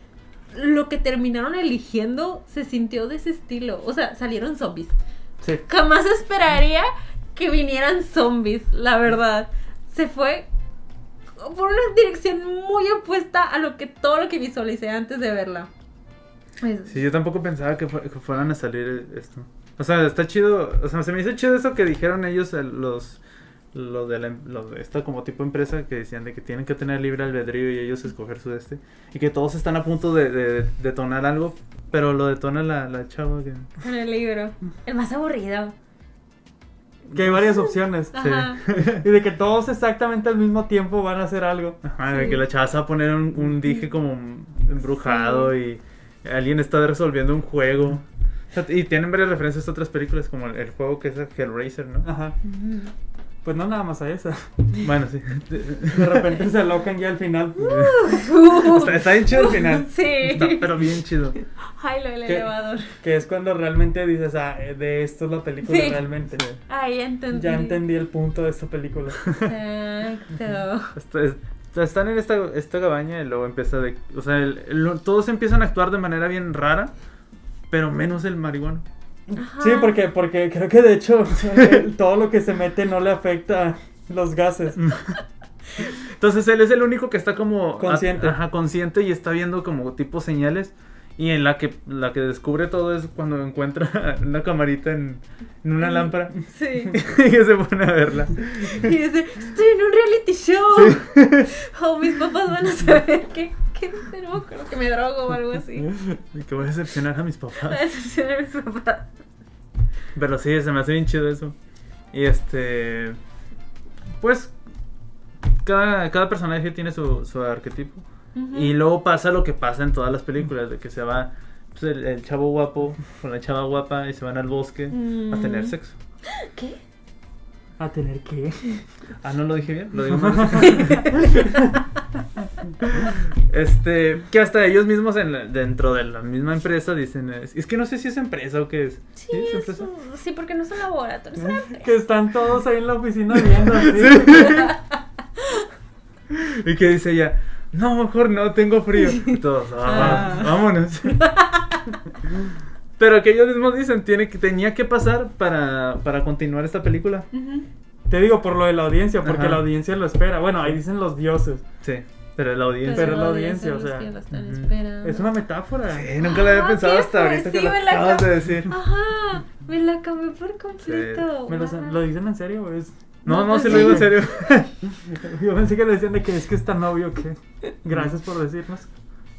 [SPEAKER 2] lo que terminaron eligiendo se sintió de ese estilo, o sea, salieron zombies.
[SPEAKER 3] Sí.
[SPEAKER 2] Jamás esperaría que vinieran zombies, la verdad. Se fue por una dirección muy opuesta a lo que todo lo que visualicé antes de verla. Es-
[SPEAKER 1] Sí, yo tampoco pensaba que, fue- que fueran a salir e-, esto. O sea, está chido. O sea, se me hizo chido eso que dijeron ellos, el- los, los, de la em- los de esta como tipo empresa, que decían de que tienen que tener libre albedrío y ellos escoger su este. Y que todos están a punto de, de- de detonar algo, pero lo detona la, la chava. Que...
[SPEAKER 2] En el libro. El más aburrido.
[SPEAKER 3] Que hay varias opciones.
[SPEAKER 2] Ajá.
[SPEAKER 3] Y de que todos exactamente al mismo tiempo van a hacer algo.
[SPEAKER 1] Ajá, de
[SPEAKER 2] Sí.
[SPEAKER 1] que la chava se va a poner un, un dije como embrujado y alguien está resolviendo un juego. O sea, y tienen varias referencias a otras películas, como el, el juego que es Hellraiser, ¿no?
[SPEAKER 3] Ajá.
[SPEAKER 2] Mm.
[SPEAKER 3] Pues no nada más a esa.
[SPEAKER 1] Bueno, sí.
[SPEAKER 3] De repente se alocan ya al final.
[SPEAKER 1] Está, está bien chido el final.
[SPEAKER 2] Sí.
[SPEAKER 1] Está pero bien chido.
[SPEAKER 2] Ay, lo del
[SPEAKER 3] ¿Qué?
[SPEAKER 2] elevador.
[SPEAKER 3] Que es cuando realmente dices, ah, de esto es la película
[SPEAKER 2] Sí.
[SPEAKER 3] realmente.
[SPEAKER 2] Ay, entendí.
[SPEAKER 3] Ya entendí el punto de esta película.
[SPEAKER 2] Exacto.
[SPEAKER 1] Está- es- están en esta, esta cabaña y luego empieza de... O sea, el- el- todos empiezan a actuar de manera bien rara, pero menos el marihuano.
[SPEAKER 2] Ajá.
[SPEAKER 3] Sí, porque, porque creo que de hecho el- todo lo que se mete no le afecta los gases.
[SPEAKER 1] Mm. Entonces él es el único que está como...
[SPEAKER 3] Consciente.
[SPEAKER 1] a- ajá, consciente y está viendo como tipo señales. Y en la que, la que descubre todo es cuando encuentra una camarita en, en una lámpara
[SPEAKER 2] Sí.
[SPEAKER 1] y que se pone a verla.
[SPEAKER 2] Y dice, estoy en un reality show. O mis papás van a saber que, que no sé, no me acuerdo, que me drogo o algo así.
[SPEAKER 1] Y que voy a decepcionar a mis papás.
[SPEAKER 2] Voy a decepcionar a mis papás.
[SPEAKER 1] Pero sí, se me hace bien chido eso. Y este. Pues. Cada, cada personaje tiene su, su arquetipo. Y luego pasa lo que pasa en todas las películas: de que se va pues, el, el chavo guapo con la chava guapa y se van al bosque a tener
[SPEAKER 2] Mm.
[SPEAKER 1] sexo.
[SPEAKER 2] ¿Qué?
[SPEAKER 3] ¿A tener qué?
[SPEAKER 1] Ah, no lo dije bien, lo digo mal. Este, que hasta ellos mismos en la- dentro de la misma empresa dicen, es, es que no sé si es empresa o qué es.
[SPEAKER 2] Sí, es un- sí, porque no es un laboratorio, es una empresa.
[SPEAKER 3] Que están todos ahí en la oficina viendo así.
[SPEAKER 1] Y que dice ella, no, mejor no, tengo frío. Y todos, "Ah,
[SPEAKER 3] Ah.
[SPEAKER 1] vámonos. Pero que ellos mismos dicen, tiene que, tenía que pasar para, para continuar esta película.
[SPEAKER 2] Ujú.
[SPEAKER 3] Te digo por lo de la audiencia, porque
[SPEAKER 1] Ajá.
[SPEAKER 3] la audiencia lo espera. Bueno, ahí dicen los dioses.
[SPEAKER 1] Sí, pero la audiencia...
[SPEAKER 3] Pero- la audiencia,
[SPEAKER 2] los
[SPEAKER 3] o sea,
[SPEAKER 2] que lo están
[SPEAKER 1] ujú.
[SPEAKER 2] esperando.
[SPEAKER 3] Es una metáfora.
[SPEAKER 1] Sí, nunca la había
[SPEAKER 2] Ah,
[SPEAKER 1] pensado
[SPEAKER 2] qué
[SPEAKER 1] hasta ahorita que
[SPEAKER 2] sí,
[SPEAKER 1] lo
[SPEAKER 2] me la
[SPEAKER 1] acabas de
[SPEAKER 2] acabo-
[SPEAKER 1] decir.
[SPEAKER 2] Ajá, me la cambié por completo.
[SPEAKER 3] Me lo,
[SPEAKER 2] guau.
[SPEAKER 3] lo dicen en serio, güey. Es-
[SPEAKER 1] No, no,
[SPEAKER 2] pues
[SPEAKER 1] se lo digo en serio.
[SPEAKER 3] Yo pensé que le decían de que es que es tan obvio que. Gracias por decirnos.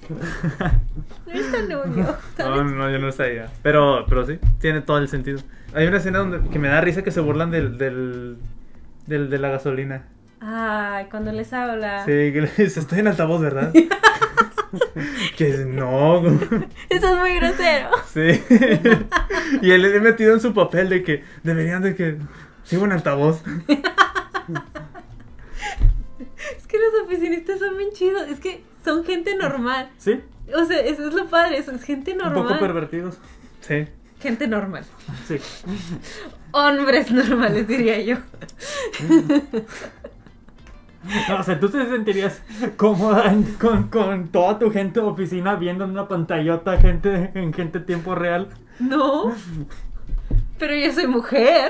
[SPEAKER 2] No es tan obvio,
[SPEAKER 1] No,
[SPEAKER 2] ¿sabes?
[SPEAKER 1] no, yo no sabía. Pero, pero sí, tiene todo el sentido. Hay una escena donde que me da risa que se burlan del, del, del- de la gasolina.
[SPEAKER 2] Ay, cuando les habla.
[SPEAKER 1] Sí, que le dice, estoy en altavoz, ¿verdad? que es, no.
[SPEAKER 2] Eso es muy grosero.
[SPEAKER 1] sí. y él es metido en su papel de que deberían de que sigo en altavoz.
[SPEAKER 2] Es que los oficinistas son bien chidos. Es que son gente normal.
[SPEAKER 3] Sí,
[SPEAKER 2] O sea, eso es lo padre. Eso es gente
[SPEAKER 3] un
[SPEAKER 2] normal.
[SPEAKER 3] poco pervertidos.
[SPEAKER 1] Sí.
[SPEAKER 2] Gente normal.
[SPEAKER 3] Sí.
[SPEAKER 2] Hombres normales, diría yo.
[SPEAKER 3] No, o sea, tú te sentirías cómoda en- con, con toda tu gente de oficina viendo en una pantallota gente en gente tiempo real.
[SPEAKER 2] No. Pero yo soy mujer.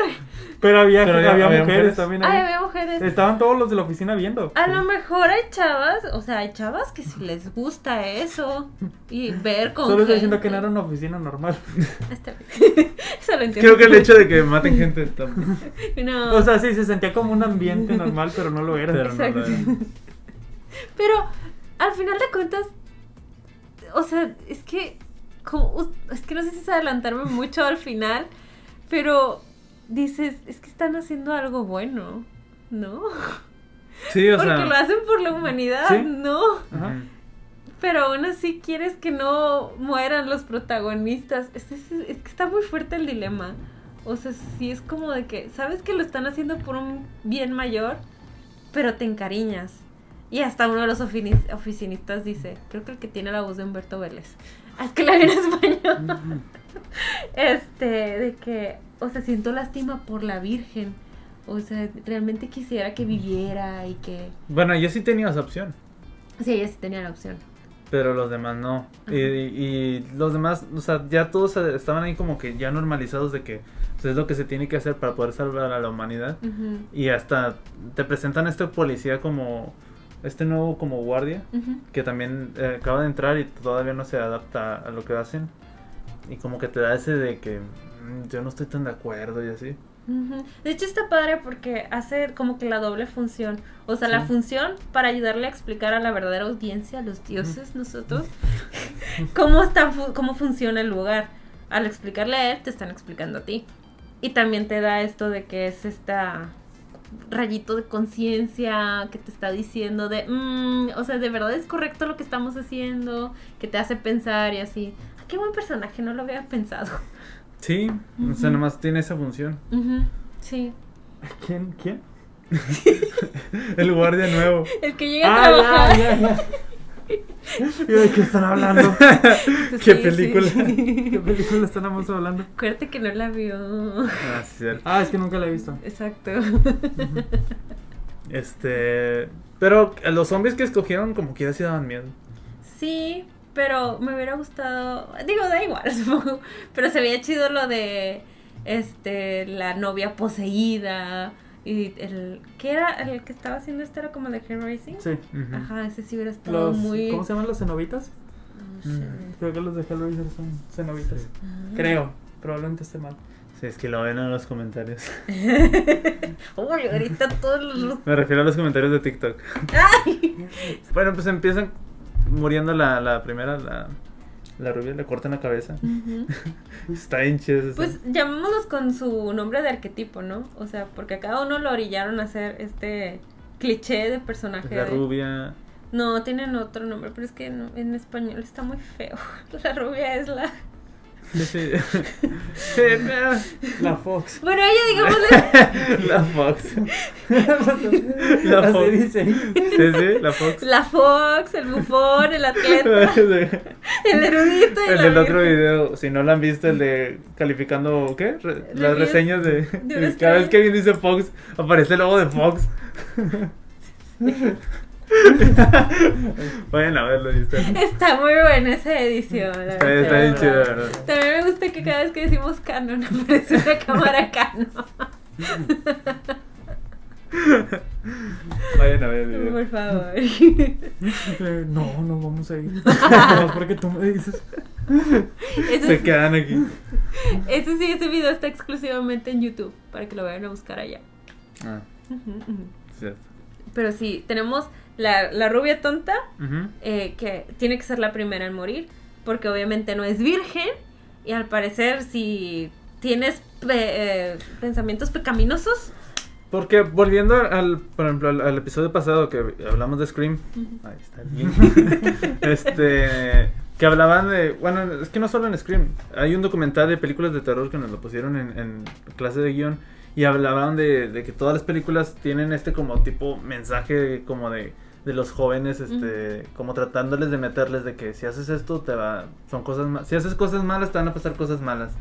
[SPEAKER 3] Pero había,
[SPEAKER 1] Pero había-
[SPEAKER 3] había,
[SPEAKER 1] había
[SPEAKER 3] mujeres,
[SPEAKER 1] mujeres.
[SPEAKER 3] también.
[SPEAKER 2] Ay,
[SPEAKER 3] ahí.
[SPEAKER 2] había mujeres.
[SPEAKER 3] Estaban todos los de la oficina viendo.
[SPEAKER 2] A lo mejor hay chavas, o sea, hay chavas que si les gusta eso y ver con
[SPEAKER 3] Solo
[SPEAKER 2] gente.
[SPEAKER 3] estoy diciendo que no era una oficina normal.
[SPEAKER 2] Está bien. Eso lo entiendo.
[SPEAKER 1] Creo que el hecho de que maten gente también.
[SPEAKER 2] No.
[SPEAKER 3] O sea, sí, se sentía como un ambiente normal, pero no lo era.
[SPEAKER 1] Pero no lo
[SPEAKER 2] Exacto.
[SPEAKER 1] era.
[SPEAKER 2] Pero al final de cuentas, o sea, es que como, us- es que no sé si es adelantarme mucho al final, pero dices, es que están haciendo algo bueno, ¿no?
[SPEAKER 1] Sí, o
[SPEAKER 2] Porque
[SPEAKER 1] sea.
[SPEAKER 2] lo hacen por la humanidad,
[SPEAKER 3] ¿Sí?
[SPEAKER 2] ¿no?
[SPEAKER 3] Ajá.
[SPEAKER 2] Pero aún así quieres que no mueran los protagonistas. Es, es- es que está muy fuerte el dilema. O sea, sí es como de que, sabes que lo están haciendo por un bien mayor, pero te encariñas. Y hasta uno de los ofini- oficinistas dice, creo que el que tiene la voz de Humberto Vélez, Ah, es que la vi en español. este, de que, o sea, siento lástima por la Virgen. O sea, realmente quisiera que viviera y que...
[SPEAKER 1] Bueno, yo sí tenía esa opción.
[SPEAKER 2] Sí, ella sí tenía la opción.
[SPEAKER 1] Pero los demás no. Y, y- y los demás, o sea, ya todos eh, estaban ahí como que ya normalizados de que o sea, es lo que se tiene que hacer para poder salvar a la humanidad.
[SPEAKER 2] Ujú,
[SPEAKER 1] Y hasta te presentan a este policía como, este nuevo como guardia,
[SPEAKER 2] ujú.
[SPEAKER 1] que también eh, acaba de entrar y todavía no se adapta a lo que hacen. Y como que te da ese de que "Mm, yo no estoy tan de acuerdo y así.
[SPEAKER 2] Ujú. De hecho está padre porque hace como que la doble función. O sea, la
[SPEAKER 1] Sí.
[SPEAKER 2] función para ayudarle a explicar a la verdadera audiencia, a los dioses, nosotros, cómo, está, fu- cómo funciona el lugar. Al explicarle a él, te están explicando a ti. Y también te da esto de que es esta rayito de conciencia que te está diciendo de, "Mm, o sea, de verdad es correcto lo que estamos haciendo, que te hace pensar y así. Ah, qué buen personaje, no lo había pensado.
[SPEAKER 1] Sí, o sea,
[SPEAKER 2] Ujú.
[SPEAKER 1] nomás tiene esa función.
[SPEAKER 2] Ujú, Sí,
[SPEAKER 3] ¿Quién? ¿Quién?
[SPEAKER 1] El guardia nuevo.
[SPEAKER 2] El que llega a
[SPEAKER 3] Ah,
[SPEAKER 2] trabajar.
[SPEAKER 3] ya, ya, ya. Yo, ¿De qué están hablando?
[SPEAKER 2] Pues
[SPEAKER 1] ¿Qué
[SPEAKER 2] sí,
[SPEAKER 1] película?
[SPEAKER 2] sí.
[SPEAKER 3] ¿Qué película estamos hablando?
[SPEAKER 2] Acuérdate que no la vio.
[SPEAKER 1] Ah, sí, cierto.
[SPEAKER 3] Ah, es que nunca la he visto.
[SPEAKER 2] Exacto.
[SPEAKER 1] Este. Pero los zombies que escogieron, como quiera, sí daban miedo.
[SPEAKER 2] Sí, pero me hubiera gustado. Digo, da igual, supongo. Pero se veía chido lo de este la novia poseída. Y el. ¿Qué era? El que estaba haciendo esto era como de Hellraising.
[SPEAKER 3] Sí.
[SPEAKER 1] Ujú.
[SPEAKER 2] Ajá, ese sí hubiera estado
[SPEAKER 3] Los,
[SPEAKER 2] muy.
[SPEAKER 3] ¿Cómo se llaman los cenobitas?
[SPEAKER 2] No sé.
[SPEAKER 3] Creo que los de Hellraiser son cenobitas.
[SPEAKER 1] Sí.
[SPEAKER 2] Ah.
[SPEAKER 3] Mm. Creo. Probablemente esté mal.
[SPEAKER 1] Sí, es que lo ven en los comentarios.
[SPEAKER 2] Uy, ahorita todos los- los.
[SPEAKER 1] Me refiero a los comentarios de TikTok. Bueno, pues empiezan muriendo la, la primera, la, la rubia, le cortan la cabeza.
[SPEAKER 2] Ujú.
[SPEAKER 1] Está hinches.
[SPEAKER 2] Pues llamémoslos con su nombre de arquetipo, ¿no? O sea, porque a cada uno lo orillaron a hacer este cliché de personaje.
[SPEAKER 1] la
[SPEAKER 2] de-
[SPEAKER 1] rubia.
[SPEAKER 2] No, tienen otro nombre, pero es que no- en español está muy feo. La rubia es la...
[SPEAKER 1] Sí, sí.
[SPEAKER 3] La Fox.
[SPEAKER 2] Bueno, ella digámosle.
[SPEAKER 1] la Fox.
[SPEAKER 3] La
[SPEAKER 1] La Fox.
[SPEAKER 3] Así dice.
[SPEAKER 1] Sí, sí, la Fox.
[SPEAKER 2] La Fox, el bufón, el atleta,
[SPEAKER 1] El
[SPEAKER 2] el erudito y la
[SPEAKER 1] del otro
[SPEAKER 2] virgen.
[SPEAKER 1] video, si no lo han visto, el de calificando, ¿qué? Re- las
[SPEAKER 2] Reviews
[SPEAKER 1] reseñas de...
[SPEAKER 2] de una
[SPEAKER 1] Cada vez
[SPEAKER 2] estrella.
[SPEAKER 1] que alguien dice Fox, aparece el logo de Fox. Vayan a verlo, y está,
[SPEAKER 2] Está muy buena esa edición. la
[SPEAKER 1] está,
[SPEAKER 2] verdad.
[SPEAKER 1] está bien chido, la verdad.
[SPEAKER 2] También me gusta que cada vez que decimos Canon aparece una cámara Canon.
[SPEAKER 1] Vayan a ver el video.
[SPEAKER 2] Por favor.
[SPEAKER 3] Eh, no, no vamos a ir. No, porque tú me dices.
[SPEAKER 2] Eso
[SPEAKER 1] Se quedan aquí.
[SPEAKER 2] Ese sí, ese video está exclusivamente en YouTube para que lo vayan a buscar allá.
[SPEAKER 1] Ah,
[SPEAKER 2] Ujú, ujú.
[SPEAKER 1] cierto.
[SPEAKER 2] Pero sí, tenemos la, la rubia tonta,
[SPEAKER 1] Ujú.
[SPEAKER 2] eh, que tiene que ser la primera en morir, porque obviamente no es virgen, y al parecer si tienes pe- eh, pensamientos pecaminosos,
[SPEAKER 1] Porque volviendo al, por ejemplo, al, al episodio pasado que hablamos de Scream,
[SPEAKER 2] Ujú.
[SPEAKER 1] ahí está el link. este, que hablaban de, bueno, es que no solo en Scream, hay un documental de películas de terror que nos lo pusieron en, en clase de guión y hablaban de, de que todas las películas tienen este como tipo mensaje como de, de los jóvenes, este, como tratándoles de meterles de que si haces esto te va, son cosas malas, si haces cosas malas te van a pasar cosas malas.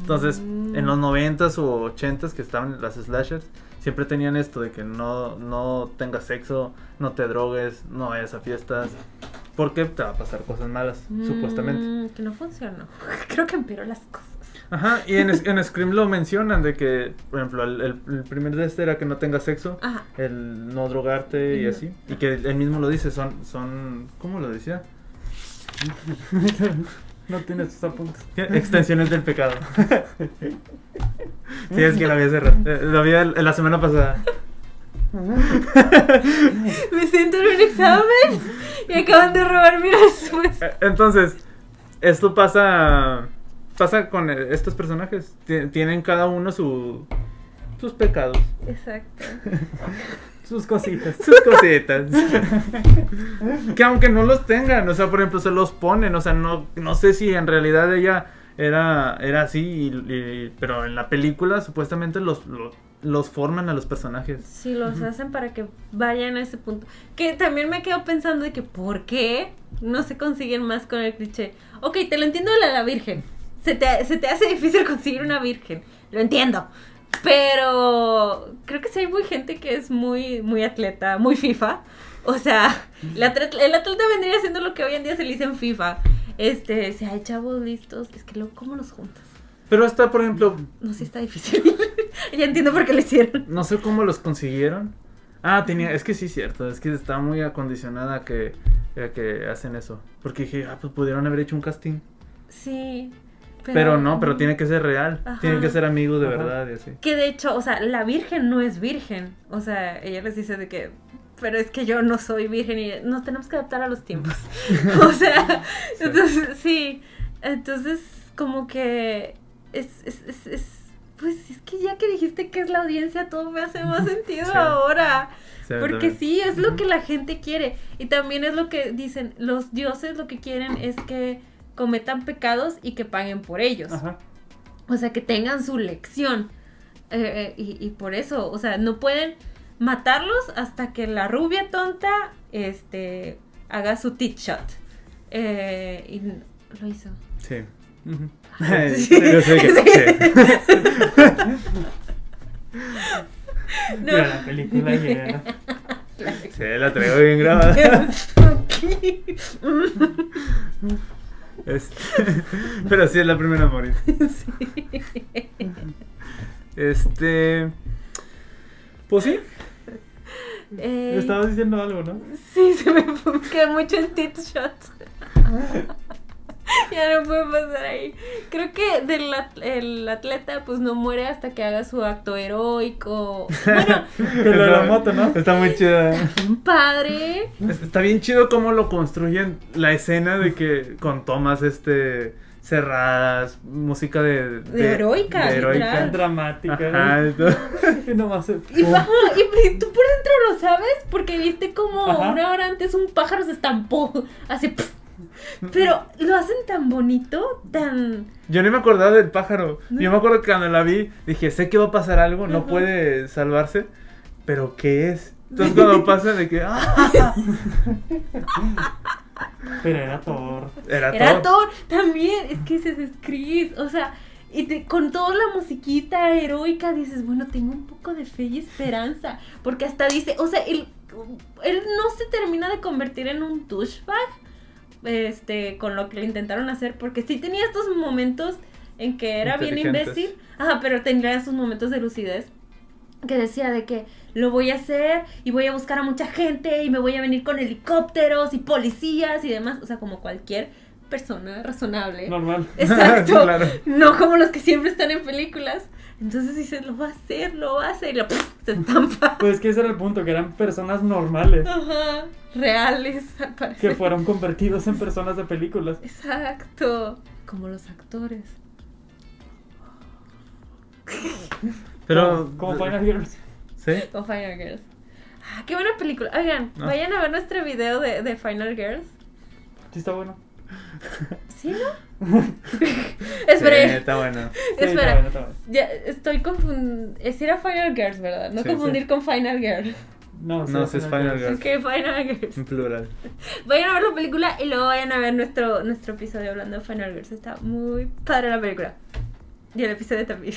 [SPEAKER 1] Entonces,
[SPEAKER 2] Mm.
[SPEAKER 1] en los 90s o 80s que estaban las slashers, siempre tenían esto de que no, no tengas sexo, no te drogues, no vayas a fiestas, porque te va a pasar cosas malas,
[SPEAKER 2] Mm,
[SPEAKER 1] supuestamente.
[SPEAKER 2] Que no funcionó. Creo que empeoró las cosas.
[SPEAKER 1] Ajá, y en, en Scream lo mencionan de que, por ejemplo, el, el- el primer de este era que no tengas sexo,
[SPEAKER 2] Ajá.
[SPEAKER 1] el no drogarte y
[SPEAKER 2] Ah. Ujú.
[SPEAKER 1] así, y que él mismo lo dice, son, son, ¿cómo lo decía?
[SPEAKER 3] No tienes tus apuntes.
[SPEAKER 1] ¿Qué? Extensiones del pecado. sí, es que lo había cerrado, eh, lo había la semana pasada.
[SPEAKER 2] Me siento en un examen y acaban de robar mi respuesta.
[SPEAKER 1] Eh, Entonces, esto pasa pasa con eh, estos personajes. Ti- Tienen cada uno su sus pecados,
[SPEAKER 2] Exacto.
[SPEAKER 3] Sus cositas.
[SPEAKER 1] sus cositas. que aunque no los tengan, o sea, por ejemplo, se los ponen, o sea, no no sé si en realidad ella era era así, y- y- pero en la película supuestamente los, los los forman a los personajes.
[SPEAKER 2] Si los hacen para que vayan a ese punto. Que también me quedo pensando de que por qué no se consiguen más con el cliché. Ok, te lo entiendo la, la virgen. Se te, se te hace difícil conseguir una virgen. Lo entiendo. Pero creo que sí hay muy gente que es muy, muy atleta, muy FIFA. O sea, el atleta, el atleta vendría siendo lo que hoy en día se le dice en FIFA. Este, si hay chavos listos, es que luego, ¿cómo los juntas?
[SPEAKER 1] Pero hasta, por ejemplo,
[SPEAKER 2] No, sí está difícil. ya entiendo por qué lo hicieron.
[SPEAKER 1] No sé cómo los consiguieron. Ah, tenía, es que sí, cierto, es que está muy acondicionada a que, a que hacen eso. Porque dije, ah, pues pudieron haber hecho un casting.
[SPEAKER 2] Sí.
[SPEAKER 1] Pero, no, pero tiene que ser real.
[SPEAKER 2] Ajá.
[SPEAKER 1] Tienen que ser amigos de
[SPEAKER 3] Ajá.
[SPEAKER 1] verdad y así.
[SPEAKER 2] Que de hecho, o sea, la virgen no es virgen. O sea, ella les dice de que. Pero es que yo no soy virgen y nos tenemos que adaptar a los tiempos. o sea,
[SPEAKER 1] Sí.
[SPEAKER 2] entonces, sí. Entonces, como que. Es, es, es, es- Pues es que ya que dijiste que es la audiencia, todo me hace más sentido
[SPEAKER 1] Sí.
[SPEAKER 2] ahora.
[SPEAKER 1] Se ve
[SPEAKER 2] Porque
[SPEAKER 1] también.
[SPEAKER 2] sí, es lo
[SPEAKER 3] Ujú.
[SPEAKER 2] que la gente quiere. Y también es lo que dicen, los dioses lo que quieren es que cometan pecados y que paguen por ellos.
[SPEAKER 3] Ajá.
[SPEAKER 2] O sea, que tengan su lección. Eh, eh, y, y por eso, o sea, no pueden matarlos hasta que la rubia tonta este, haga su tit shot. Eh, y n- lo hizo.
[SPEAKER 1] Sí.
[SPEAKER 3] Ujú.
[SPEAKER 1] Eh, Yo sé que- sí.
[SPEAKER 2] No.
[SPEAKER 3] Ya, la película llega.
[SPEAKER 1] Sí, la traigo bien grabada. Este, pero sí es la primera a morir. Este. Pues sí.
[SPEAKER 2] Eh,
[SPEAKER 3] Estabas diciendo algo, ¿no?
[SPEAKER 2] Sí, se me fue- quedó mucho en tit shots. ya no puedo pasar ahí. Creo que del at- el atleta pues no muere hasta que haga su acto heroico. Bueno,
[SPEAKER 3] Pero la moto, ¿no?
[SPEAKER 1] Está muy chida. ¿eh?
[SPEAKER 2] un padre.
[SPEAKER 1] Es- Está bien chido cómo lo construyen la escena de que con tomas este cerradas, música de,
[SPEAKER 2] De heroica,
[SPEAKER 1] de
[SPEAKER 2] literal.
[SPEAKER 3] Tan
[SPEAKER 1] heroica. Ajá,
[SPEAKER 3] dramática. ¿eh?
[SPEAKER 1] y todo.
[SPEAKER 3] Y nomás. se-
[SPEAKER 2] Y, baja- y- y tú por dentro lo sabes porque viste como
[SPEAKER 3] Ajá.
[SPEAKER 2] una hora antes un pájaro se estampó. Así. pf, Pero lo hacen tan bonito, tan...
[SPEAKER 1] Yo no me acordaba del pájaro.
[SPEAKER 2] No.
[SPEAKER 1] Yo me acuerdo que cuando la vi, dije, sé que va a pasar algo, no
[SPEAKER 2] Ajá.
[SPEAKER 1] puede salvarse, pero ¿qué es? Entonces cuando pasa de que, ¡ah!
[SPEAKER 3] Oh, Pero era Thor.
[SPEAKER 1] Era,
[SPEAKER 2] Era
[SPEAKER 1] todo.
[SPEAKER 2] Thor también, es que ese es Chris, o sea, y te- con toda la musiquita heroica dices, bueno, tengo un poco de fe y esperanza, porque hasta dice, o sea, él, él no se termina de convertir en un douchebag, este, con lo que le intentaron hacer, porque sí tenía estos momentos en que era bien
[SPEAKER 1] Inteligentes.
[SPEAKER 2] imbécil, ajá, pero tenía esos momentos de lucidez que decía de que lo voy a hacer y voy a buscar a mucha gente y me voy a venir con helicópteros y policías y demás, o sea, como cualquier persona razonable.
[SPEAKER 3] Normal.
[SPEAKER 2] Exacto.
[SPEAKER 1] Claro.
[SPEAKER 2] No como los que siempre están en películas. Entonces dices, lo va a hacer, lo va a hacer y la se estampa.
[SPEAKER 3] Pues es que ese era el punto, que eran personas normales
[SPEAKER 2] Ajá. Reales, al parecer.
[SPEAKER 3] que fueron convertidos en personas de películas.
[SPEAKER 2] Exacto. Como los actores.
[SPEAKER 1] Pero.
[SPEAKER 3] Como- como Final Girls.
[SPEAKER 1] ¿Sí?
[SPEAKER 2] O Final Girls. Ah, qué buena película. Oigan,
[SPEAKER 1] No.
[SPEAKER 2] vayan a ver nuestro video de, de Final Girls.
[SPEAKER 3] Sí está bueno.
[SPEAKER 2] ¿Sí, no? Esperé.
[SPEAKER 1] Sí, está bueno.
[SPEAKER 3] Sí, está
[SPEAKER 2] Espera.
[SPEAKER 3] bueno, está bueno.
[SPEAKER 2] Ya estoy confundiendo. Es ir a Final Girls, ¿verdad? No
[SPEAKER 1] Sí,
[SPEAKER 2] confundir
[SPEAKER 1] sí.
[SPEAKER 2] con Final Girl.
[SPEAKER 3] No, sí
[SPEAKER 1] No,
[SPEAKER 3] era
[SPEAKER 1] sí es Final Girls.
[SPEAKER 2] Ok, Final Girls.
[SPEAKER 1] En plural.
[SPEAKER 2] Vayan a ver la película y luego vayan a ver nuestro, nuestro episodio hablando de Final Girls. Está muy padre la película. Y el episodio también.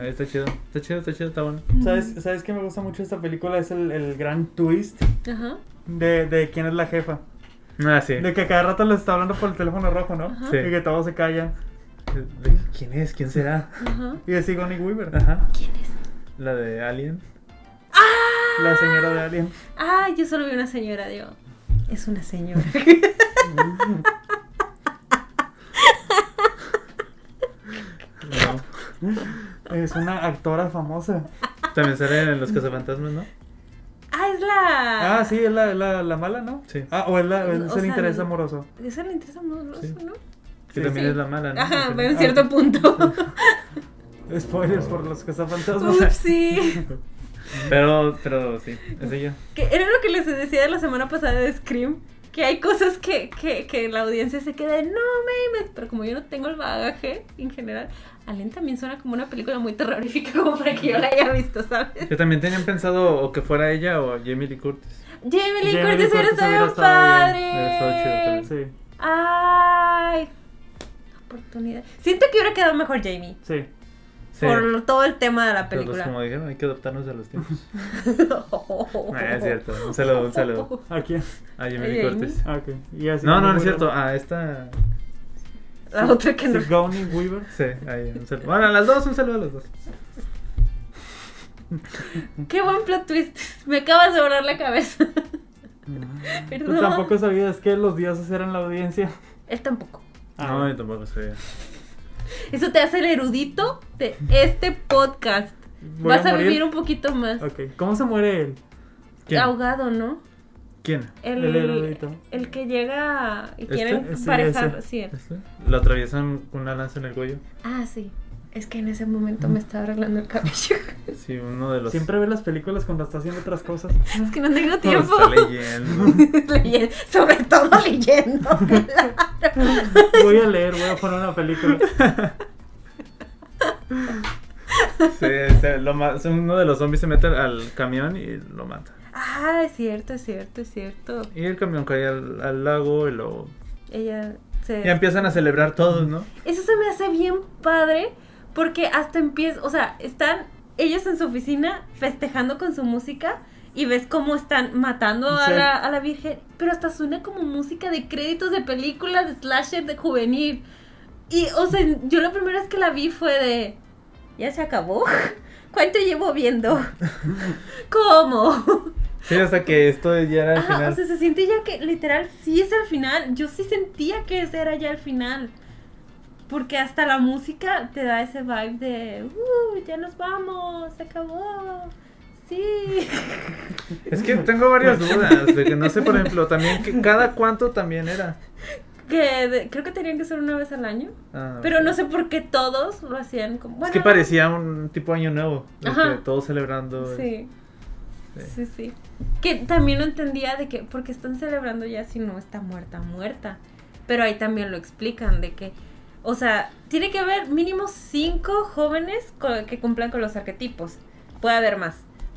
[SPEAKER 1] Ahí está chido. Está chido, está chido, está bueno.
[SPEAKER 2] Mm.
[SPEAKER 3] ¿Sabes, ¿Sabes qué me gusta mucho de esta película? Es el, el gran twist
[SPEAKER 2] Ajá.
[SPEAKER 3] de, de quién es la jefa.
[SPEAKER 1] Ah, sí.
[SPEAKER 3] De que a cada rato les está hablando por el teléfono rojo, ¿no?
[SPEAKER 2] Ajá.
[SPEAKER 1] Sí.
[SPEAKER 3] Y que todos se callan.
[SPEAKER 1] De- ¿Quién es? ¿Quién será?
[SPEAKER 2] Ajá.
[SPEAKER 3] Y es Sigourney Weaver,
[SPEAKER 1] Ajá.
[SPEAKER 2] ¿Quién es?
[SPEAKER 1] La de Alien.
[SPEAKER 3] la señora de Alien.
[SPEAKER 2] Ah, yo solo vi una señora, digo. Es una señora.
[SPEAKER 1] No.
[SPEAKER 3] Es una actora famosa.
[SPEAKER 1] También sale en Los Cazafantasmas, ¿no?
[SPEAKER 2] ah, es la.
[SPEAKER 3] Ah, sí, es la, la, la mala, ¿no?
[SPEAKER 1] Sí.
[SPEAKER 3] Ah, o es, la, o es
[SPEAKER 2] O
[SPEAKER 3] el
[SPEAKER 2] sea,
[SPEAKER 3] interés
[SPEAKER 2] el-
[SPEAKER 3] amoroso.
[SPEAKER 2] Esa le interesa amoroso,
[SPEAKER 1] Sí.
[SPEAKER 2] ¿no?
[SPEAKER 1] Que
[SPEAKER 3] Sí,
[SPEAKER 1] también
[SPEAKER 2] sí.
[SPEAKER 1] es la mala, ¿no? Ah,
[SPEAKER 2] Ajá,
[SPEAKER 1] Al
[SPEAKER 2] pero en
[SPEAKER 1] final.
[SPEAKER 2] cierto punto.
[SPEAKER 3] Spoilers por los cazafantasmas.
[SPEAKER 2] Ups, sí.
[SPEAKER 1] Pero, pero sí, es ella.
[SPEAKER 2] Que era lo que les decía la semana pasada de Scream. Que hay cosas que, que, que la audiencia se queda de, no mames. Pero como yo no tengo el bagaje en general, Alien también suena como una película muy terrorífica, como para que yo la haya visto, ¿sabes?
[SPEAKER 1] Que también tenían pensado o que fuera ella o Jamie Lee Curtis.
[SPEAKER 2] Jamie Lee
[SPEAKER 3] Jamie
[SPEAKER 2] Curtis
[SPEAKER 3] Lee
[SPEAKER 2] hubiera
[SPEAKER 3] Curtis
[SPEAKER 2] estado
[SPEAKER 3] hubiera
[SPEAKER 2] bien
[SPEAKER 3] estado
[SPEAKER 2] padre.
[SPEAKER 3] bien.
[SPEAKER 1] Hubiera estado chido también.
[SPEAKER 3] Sí,
[SPEAKER 2] Ay, oportunidad. Siento que hubiera quedado mejor Jamie.
[SPEAKER 3] sí.
[SPEAKER 1] Sí.
[SPEAKER 2] Por todo el tema de la
[SPEAKER 1] Pero pues
[SPEAKER 2] película.
[SPEAKER 1] como dijeron, hay que adaptarnos a los tiempos. No, "Ah, es cierto. Un saludo, un saludo
[SPEAKER 3] Aquí.
[SPEAKER 1] a Jamie
[SPEAKER 2] Ay,
[SPEAKER 1] Lee
[SPEAKER 2] Jamie.
[SPEAKER 1] Curtis.
[SPEAKER 3] Ah, ok. Y así
[SPEAKER 1] No, no, no
[SPEAKER 3] Sigourney
[SPEAKER 1] es
[SPEAKER 3] Weaver.
[SPEAKER 1] cierto. Ah, esta.
[SPEAKER 2] La otra que no.
[SPEAKER 3] Sigourney Weaver.
[SPEAKER 1] Sí, ahí, un saludo. Bueno, a las dos, un saludo a las dos.
[SPEAKER 2] Qué buen plot twist. Me acabas de volar la cabeza.
[SPEAKER 3] Tú
[SPEAKER 2] Perdón.
[SPEAKER 3] tampoco sabías que los dioses eran la audiencia.
[SPEAKER 2] Él tampoco.
[SPEAKER 1] No, yo tampoco sabía.
[SPEAKER 2] Eso te hace el erudito de este podcast.
[SPEAKER 3] voy
[SPEAKER 2] Vas a,
[SPEAKER 3] morir.
[SPEAKER 2] vivir un poquito más.
[SPEAKER 3] Ok. ¿Cómo se muere él?
[SPEAKER 1] ¿Quién?
[SPEAKER 2] Ahogado, ¿no?
[SPEAKER 1] ¿Quién?
[SPEAKER 2] El,
[SPEAKER 3] El erudito.
[SPEAKER 2] el que llega y
[SPEAKER 1] ¿Este?
[SPEAKER 2] quieren
[SPEAKER 3] Sí,
[SPEAKER 2] parejar.
[SPEAKER 3] ese.
[SPEAKER 2] Sí, él.
[SPEAKER 1] ¿Este? Lo atraviesan con una lanza en el cuello.
[SPEAKER 2] Ah, sí. Es que en ese momento me estaba arreglando el cabello.
[SPEAKER 1] Sí, uno de los.
[SPEAKER 3] Siempre ve las películas cuando está haciendo otras cosas.
[SPEAKER 2] es que no tengo
[SPEAKER 1] Lo
[SPEAKER 2] tiempo.
[SPEAKER 1] está leyendo.
[SPEAKER 2] Leyen- Sobre todo leyendo.
[SPEAKER 3] Voy a leer, voy a poner una película.
[SPEAKER 1] Sí, este, lo ma- uno de los zombies se mete al camión y lo mata.
[SPEAKER 2] ah, es cierto, es cierto, es cierto.
[SPEAKER 1] Y el camión cae al, al lago y lo.
[SPEAKER 2] Ella se.
[SPEAKER 1] Ya empiezan a celebrar todos, ¿no?
[SPEAKER 2] Eso se me hace bien padre porque hasta empieza, o sea, están ellos en su oficina festejando con su música y ves cómo están matando a,
[SPEAKER 3] Sí.
[SPEAKER 2] la, a la Virgen, pero hasta suena como música de créditos de películas de slasher de juvenil. Y, o sea, yo la primera vez que la vi fue de, ¿ya se acabó? ¿Cuánto llevo viendo? ¿Cómo?
[SPEAKER 1] Sí, hasta que esto ya era el
[SPEAKER 2] Ajá,
[SPEAKER 1] final.
[SPEAKER 2] o sea, se siente ya que literal sí es el final. Yo sí sentía que ese era ya el final. Porque hasta la música te da ese vibe de, uh, ya nos vamos, se acabó. Sí.
[SPEAKER 1] Es que tengo varias
[SPEAKER 2] pues,
[SPEAKER 1] dudas. De que no sé, por ejemplo, también que cada cuánto también era.
[SPEAKER 2] que de- creo que tenían que ser una vez al año.
[SPEAKER 1] Ah,
[SPEAKER 2] Pero no sé por qué todos lo hacían como...
[SPEAKER 1] Es
[SPEAKER 2] bueno,
[SPEAKER 1] que
[SPEAKER 2] no.
[SPEAKER 1] parecía un tipo año nuevo. de
[SPEAKER 2] Ajá.
[SPEAKER 1] que todos celebrando.
[SPEAKER 2] Sí. Sí, sí. Que también no entendía de que, porque están celebrando ya si no está muerta, muerta. Pero ahí también lo explican de que, o sea, tiene que haber mínimo cinco jóvenes co- que cumplan con los arquetipos. Puede haber más,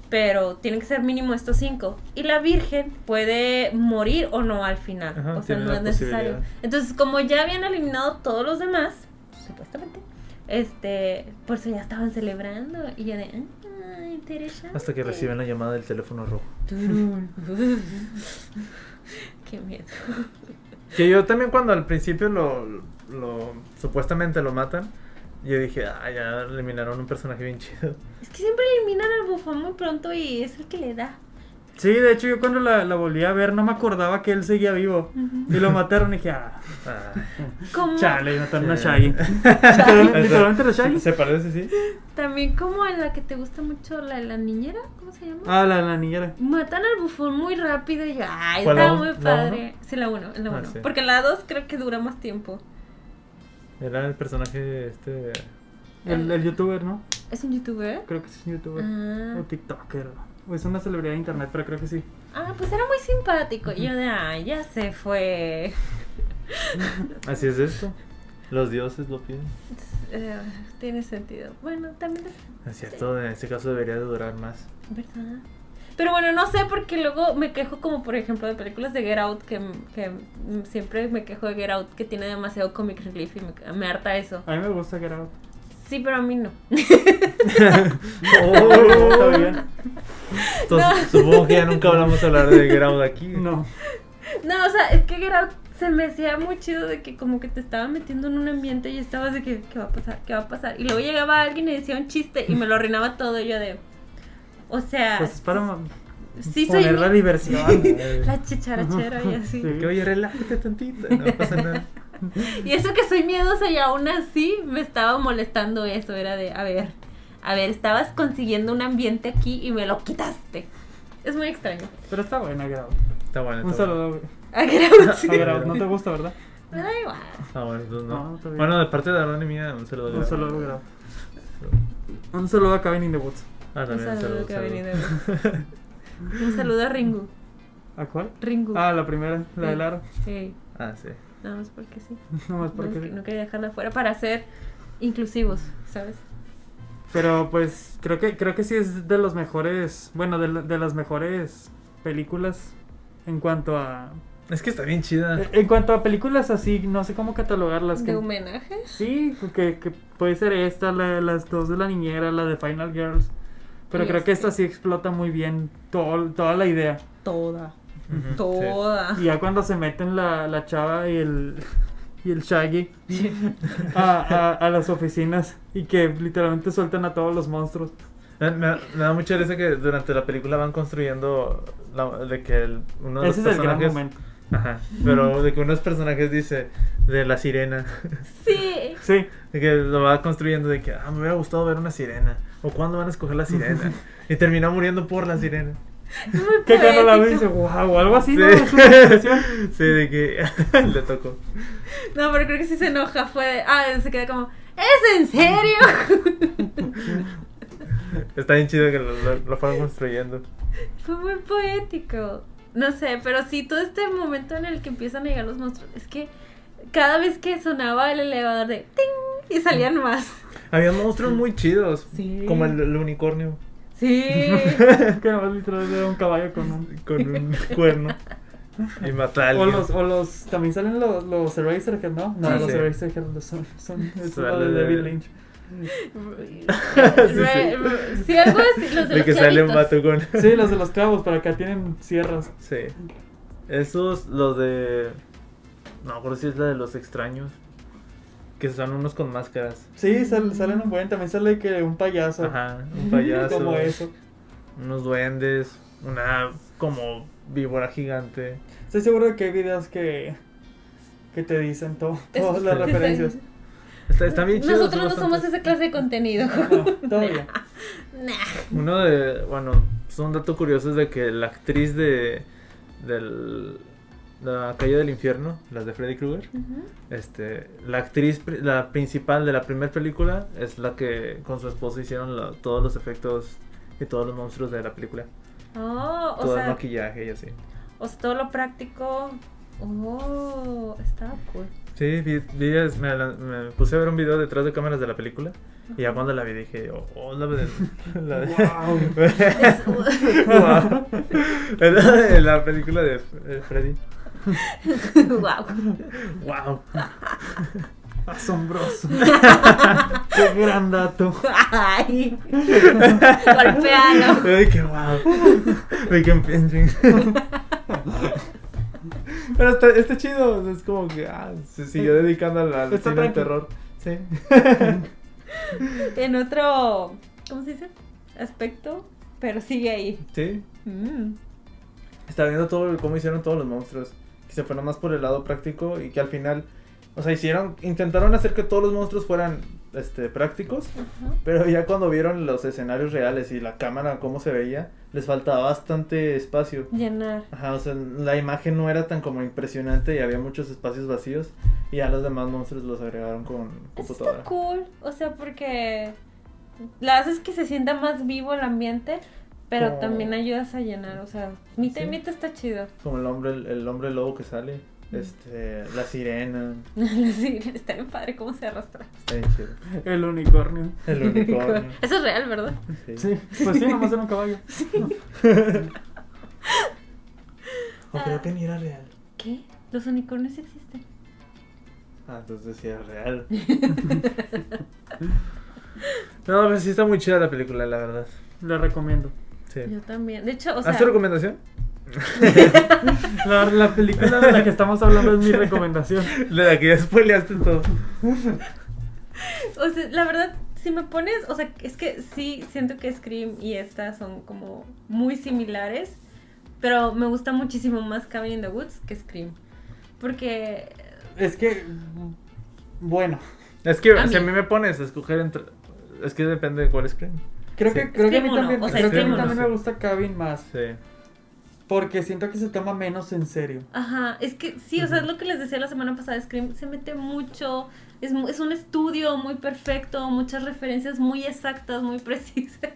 [SPEAKER 2] pero tienen que ser mínimo estos cinco. Y la Virgen puede morir o no al final.
[SPEAKER 1] Ajá,
[SPEAKER 2] o sea,
[SPEAKER 1] tiene
[SPEAKER 2] no
[SPEAKER 1] la
[SPEAKER 2] es necesario.
[SPEAKER 1] posibilidad.
[SPEAKER 2] Entonces, como ya habían eliminado todos los demás, supuestamente, este, por eso ya estaban celebrando. Y ya de, ah, interesante.
[SPEAKER 1] Hasta que reciben la llamada del teléfono rojo.
[SPEAKER 2] Qué miedo.
[SPEAKER 1] Que yo también cuando al principio lo, lo- supuestamente lo matan, yo dije, ah, ya eliminaron un personaje bien chido.
[SPEAKER 2] Es que siempre eliminan al bufón muy pronto y es el que le da.
[SPEAKER 3] Sí, de hecho yo cuando la, la volví a ver no me acordaba que él seguía vivo. Y lo mataron y dije, ah,
[SPEAKER 1] Ah.
[SPEAKER 2] Como,
[SPEAKER 3] chale, y mataron a
[SPEAKER 1] Sí.
[SPEAKER 3] Shaggy. Literal- Literalmente era Shaggy.
[SPEAKER 1] ¿Se parece, sí?
[SPEAKER 2] También como a la que te gusta mucho, la, la niñera, ¿cómo se llama?
[SPEAKER 3] Ah, la, la niñera.
[SPEAKER 2] Matan al bufón muy rápido y yo, ay,
[SPEAKER 1] ¿Cuál,
[SPEAKER 2] está
[SPEAKER 1] la
[SPEAKER 2] muy
[SPEAKER 1] un- la
[SPEAKER 2] padre. Sí, la uno, la
[SPEAKER 1] Ah,
[SPEAKER 2] uno.
[SPEAKER 1] sí.
[SPEAKER 2] Porque la dos creo que dura más tiempo.
[SPEAKER 1] Era el personaje este...
[SPEAKER 3] El,
[SPEAKER 2] Eh.
[SPEAKER 3] el youtuber, ¿no?
[SPEAKER 2] ¿Es un youtuber?
[SPEAKER 3] Creo que sí es un youtuber.
[SPEAKER 2] Ah,
[SPEAKER 3] O TikToker. O es una celebridad de internet, pero creo que sí.
[SPEAKER 2] Ah, pues era muy simpático. Y yo de, ay, ya se fue.
[SPEAKER 1] Así es esto. Los dioses lo piden.
[SPEAKER 2] Eh, tiene sentido. Bueno, también
[SPEAKER 1] Es cierto, en este caso debería de durar más.
[SPEAKER 2] ¿Verdad? Pero bueno, no sé, porque luego me quejo como por ejemplo de películas de Get Out, que, que siempre me quejo de Get Out, que tiene demasiado comic relief y me, me harta eso.
[SPEAKER 3] A mí me gusta Get Out.
[SPEAKER 2] Sí, pero a mí no.
[SPEAKER 3] Oh, Está bien.
[SPEAKER 1] Entonces, supongo que ya nunca hablamos a hablar de Ground aquí.
[SPEAKER 3] No.
[SPEAKER 2] No, o sea, es que Get Out se me hacía muy chido de que como que te estaba metiendo en un ambiente y estabas de que, ¿qué va a pasar? ¿Qué va a pasar? Y luego llegaba alguien y decía un chiste y me lo arruinaba todo yo de... O sea,
[SPEAKER 3] Pues es para ma-
[SPEAKER 2] Ah, sí soy...
[SPEAKER 3] poner la
[SPEAKER 2] mi-
[SPEAKER 3] diversión.
[SPEAKER 2] La chicharachera y así.
[SPEAKER 3] Sí.
[SPEAKER 1] Que oye, relájate tantito. No pasa nada.
[SPEAKER 2] Y eso que soy miedosa y aún así me estaba molestando eso, era de, a ver, a ver, estabas consiguiendo un ambiente aquí y me lo quitaste. Es muy extraño.
[SPEAKER 3] Pero está buena Get Out.
[SPEAKER 1] Está bueno. Está
[SPEAKER 3] Un
[SPEAKER 1] Bueno.
[SPEAKER 3] saludo. güey.
[SPEAKER 2] Ah, que era un
[SPEAKER 3] A
[SPEAKER 2] sí.
[SPEAKER 3] Get Out, no te gusta, ¿verdad?
[SPEAKER 2] Me da igual.
[SPEAKER 1] Ah, bueno, entonces no.
[SPEAKER 3] No, está bien.
[SPEAKER 1] bueno, de parte de Aaron y mía, un saludo.
[SPEAKER 3] Un saludo, Get Out. Un saludo a Cabin in the Woods.
[SPEAKER 1] Ah,
[SPEAKER 2] Un
[SPEAKER 1] también un
[SPEAKER 2] saludo
[SPEAKER 1] saludo.
[SPEAKER 2] que ha
[SPEAKER 1] saludo.
[SPEAKER 2] venido. Un saludo a Ringu.
[SPEAKER 3] ¿A cuál?
[SPEAKER 2] Ringu.
[SPEAKER 3] Ah, la primera, la de Lara.
[SPEAKER 2] Sí,
[SPEAKER 1] ah, sí.
[SPEAKER 2] nada más porque sí.
[SPEAKER 3] Nomás
[SPEAKER 2] No,
[SPEAKER 3] porque.
[SPEAKER 2] que- no quería dejarla fuera para ser inclusivos, ¿sabes?
[SPEAKER 3] Pero pues creo que creo que sí es de los mejores, bueno, de, la- de las mejores películas en cuanto a eh,
[SPEAKER 1] Es que está bien chida.
[SPEAKER 2] Eh,
[SPEAKER 3] en cuanto a películas así, no sé cómo catalogarlas
[SPEAKER 2] De
[SPEAKER 3] que,
[SPEAKER 2] homenaje.
[SPEAKER 3] Sí, que, que puede ser esta, la, las dos de la niñera, la de Final Girls. Pero
[SPEAKER 2] Y
[SPEAKER 3] creo que
[SPEAKER 2] este.
[SPEAKER 3] esta sí explota muy bien todo, toda la idea.
[SPEAKER 2] Toda.
[SPEAKER 1] Ujú, sí.
[SPEAKER 2] Toda.
[SPEAKER 3] Y ya cuando se meten la, la chava y el, y el Shaggy a, a- a las oficinas y que literalmente sueltan a todos los monstruos.
[SPEAKER 1] Me, me- me da mucha risa que durante la película van construyendo la- de que el- uno de
[SPEAKER 3] Ese es
[SPEAKER 1] los
[SPEAKER 3] el gran
[SPEAKER 1] personajes
[SPEAKER 3] momento.
[SPEAKER 1] Ajá, pero de que unos personajes dice de la sirena,
[SPEAKER 2] Sí.
[SPEAKER 3] Sí,
[SPEAKER 1] de que lo va construyendo de que ah, me hubiera gustado ver una sirena, o cuándo van a escoger la sirena, y terminó muriendo por la sirena.
[SPEAKER 2] Es muy
[SPEAKER 3] que cuando la ves
[SPEAKER 2] poético.
[SPEAKER 3] dice, wow, algo así,
[SPEAKER 1] Sí,
[SPEAKER 3] ¿no? Es una expresión.
[SPEAKER 1] sí, de que le tocó.
[SPEAKER 2] No, pero creo que sí se enoja. Fue de, ah, se queda como, ¿es en serio?
[SPEAKER 1] Está bien chido que lo, lo- lo fueron construyendo.
[SPEAKER 2] Fue muy poético. No sé, pero sí, todo este momento en el que empiezan a llegar los monstruos. Es que cada vez que sonaba el elevador de ting y
[SPEAKER 1] Mm.
[SPEAKER 2] salían más.
[SPEAKER 1] Había monstruos muy chidos,
[SPEAKER 2] Sí.
[SPEAKER 1] como el, el unicornio,
[SPEAKER 2] Sí.
[SPEAKER 3] que nomás literalmente era un caballo con un...
[SPEAKER 1] con un cuerno, y matar a
[SPEAKER 3] O
[SPEAKER 1] alguien.
[SPEAKER 3] los, o los, también salen los, los Eraserhead, ¿no? No,
[SPEAKER 1] Ah,
[SPEAKER 3] los
[SPEAKER 1] sí.
[SPEAKER 3] Eraserhead son, son, es
[SPEAKER 1] Sale
[SPEAKER 3] lo de
[SPEAKER 1] de-
[SPEAKER 3] David Lynch.
[SPEAKER 2] Re- re- sí, algo así. Los de,
[SPEAKER 1] de
[SPEAKER 2] los
[SPEAKER 1] que sale un
[SPEAKER 2] clavitos.
[SPEAKER 1] vato con...
[SPEAKER 3] Sí, los de los clavos, pero acá tienen sierras.
[SPEAKER 1] Sí. Esos, los de. No, creo que sí es la de los extraños. Que son unos con máscaras.
[SPEAKER 3] Sí, sal- salen un buen, también sale que un payaso.
[SPEAKER 1] Ajá, un payaso.
[SPEAKER 3] Como eso.
[SPEAKER 1] Unos duendes. Una como víbora gigante.
[SPEAKER 3] Estoy seguro de que hay videos que, que te dicen todo, todas las
[SPEAKER 1] Sí, sí.
[SPEAKER 3] referencias.
[SPEAKER 1] Está, está bien chido.
[SPEAKER 2] Nosotros no
[SPEAKER 1] son
[SPEAKER 2] somos
[SPEAKER 1] bastantes.
[SPEAKER 2] esa clase de contenido.
[SPEAKER 3] No, todo bien.
[SPEAKER 2] Nah.
[SPEAKER 1] Uno de. Bueno, es un dato curioso es de que la actriz de. Del. La calle del infierno, las de Freddy Krueger.
[SPEAKER 2] Ujú.
[SPEAKER 1] Este, la actriz, pri- la principal de la primera película es la que con su esposo hicieron la- todos los efectos y todos los monstruos de la película.
[SPEAKER 2] Oh, o
[SPEAKER 1] todo el
[SPEAKER 2] sea,
[SPEAKER 1] maquillaje y así.
[SPEAKER 2] o sea, todo lo práctico. Oh, estaba cool.
[SPEAKER 1] Sí, vi, vi- me, la- me puse a ver un video detrás de cámaras de la película y ya cuando la vi dije, oh, oh, la de... La de...
[SPEAKER 3] Guau.
[SPEAKER 1] Guau. Es la película de eh, Freddy.
[SPEAKER 2] wow.
[SPEAKER 1] Wow.
[SPEAKER 3] Asombroso. Qué gran dato.
[SPEAKER 2] Ay. Golpealo.
[SPEAKER 1] Ay, qué wow. We can painting. Pero está, está chido, o sea, es como que ah, se siguió dedicando al, al
[SPEAKER 3] Está
[SPEAKER 1] cine de
[SPEAKER 3] tranqui.
[SPEAKER 1] terror. Sí.
[SPEAKER 2] En otro, ¿cómo se dice? Aspecto, pero sigue ahí.
[SPEAKER 1] Sí.
[SPEAKER 2] Mm.
[SPEAKER 1] Estaba viendo todo cómo hicieron todos los monstruos. Que se fueron más por el lado práctico y que al final, o sea, hicieron, intentaron hacer que todos los monstruos fueran este, prácticos.
[SPEAKER 2] Ajá.
[SPEAKER 1] Pero ya cuando vieron los escenarios reales y la cámara, cómo se veía, les faltaba bastante espacio.
[SPEAKER 2] Llenar.
[SPEAKER 1] Ajá, o sea, la imagen no era tan como impresionante y había muchos espacios vacíos. Y ya los demás monstruos los agregaron con
[SPEAKER 2] Eso está
[SPEAKER 1] computadora.
[SPEAKER 2] cool, o sea, porque la haces que se sienta más vivo el ambiente, pero
[SPEAKER 1] Como-
[SPEAKER 2] también ayudas a llenar, o sea, mitad y
[SPEAKER 1] Oh. Sí.
[SPEAKER 2] mitad está chido.
[SPEAKER 1] Como el hombre, el hombre lobo que sale.
[SPEAKER 2] Mm.
[SPEAKER 1] Este, la sirena.
[SPEAKER 2] Sí, está bien padre cómo se arrastra.
[SPEAKER 1] Está bien chido.
[SPEAKER 3] El unicornio.
[SPEAKER 1] El unicornio.
[SPEAKER 2] Eso es real, ¿verdad?
[SPEAKER 1] sí.
[SPEAKER 3] Sí, pues sí, nomás era un caballo.
[SPEAKER 1] O creo que ni era real.
[SPEAKER 2] ¿Qué? Los unicornios existen.
[SPEAKER 1] Ah, entonces sí era real. no, pero sí está muy chida la película, la verdad.
[SPEAKER 3] Le recomiendo.
[SPEAKER 1] Sí.
[SPEAKER 2] Yo también. De hecho, o sea,
[SPEAKER 1] ¿Haz tu recomendación?
[SPEAKER 3] La, la película de la que estamos hablando es mi recomendación.
[SPEAKER 1] La que ya spoileaste todo.
[SPEAKER 2] o sea, la verdad, si me pones, o sea, es que sí siento que Scream y esta son como muy similares, pero me gusta muchísimo más Cabin in the Woods que Scream. Porque
[SPEAKER 3] Es que. Bueno,
[SPEAKER 1] Es que
[SPEAKER 2] A
[SPEAKER 1] si a
[SPEAKER 2] mí.
[SPEAKER 1] mí me pones a escoger entre. Es que depende de cuál Scream.
[SPEAKER 3] creo
[SPEAKER 1] Sí.
[SPEAKER 3] que, creo que a mí
[SPEAKER 2] Scream uno,
[SPEAKER 3] también,
[SPEAKER 2] o sea,
[SPEAKER 3] creo que a mí
[SPEAKER 1] Scream uno,
[SPEAKER 3] también
[SPEAKER 1] sí.
[SPEAKER 3] me gusta Cabin más.
[SPEAKER 1] Sí.
[SPEAKER 3] Porque siento que se toma menos en serio.
[SPEAKER 2] Ajá, es que sí, o sea, es lo que les decía la semana pasada, Scream se mete mucho, es, mu- es un estudio muy perfecto, muchas referencias muy exactas, muy precisas.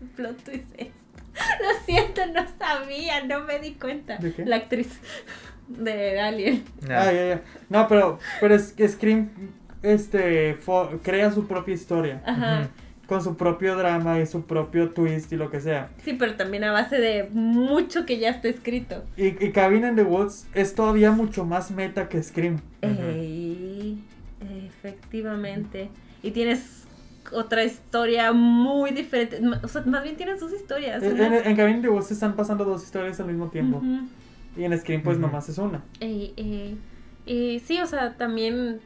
[SPEAKER 2] El plot twist es- Lo siento, no sabía, no me di cuenta.
[SPEAKER 3] ¿De qué?
[SPEAKER 2] La actriz de Alien.
[SPEAKER 3] Ah, ya, ya. No, pero, pero es que Scream este, fo- crea su propia historia.
[SPEAKER 2] Ajá.
[SPEAKER 1] Ujú.
[SPEAKER 3] Con su propio drama y su propio twist y lo que sea.
[SPEAKER 2] Sí, pero también a base de mucho que ya está escrito.
[SPEAKER 3] Y, y Cabin in the Woods es todavía mucho más meta que Scream.
[SPEAKER 1] Ujú.
[SPEAKER 2] Ey, efectivamente. Y tienes otra historia muy diferente. O sea, más bien tienes dos historias.
[SPEAKER 1] Eh,
[SPEAKER 3] En,
[SPEAKER 2] una-
[SPEAKER 3] en, en Cabin in the Woods se están pasando dos historias al mismo tiempo.
[SPEAKER 2] Ujú.
[SPEAKER 3] Y en Scream pues
[SPEAKER 1] Ujú.
[SPEAKER 3] nomás es una.
[SPEAKER 2] Ey, ey. Y eh, sí, o sea, también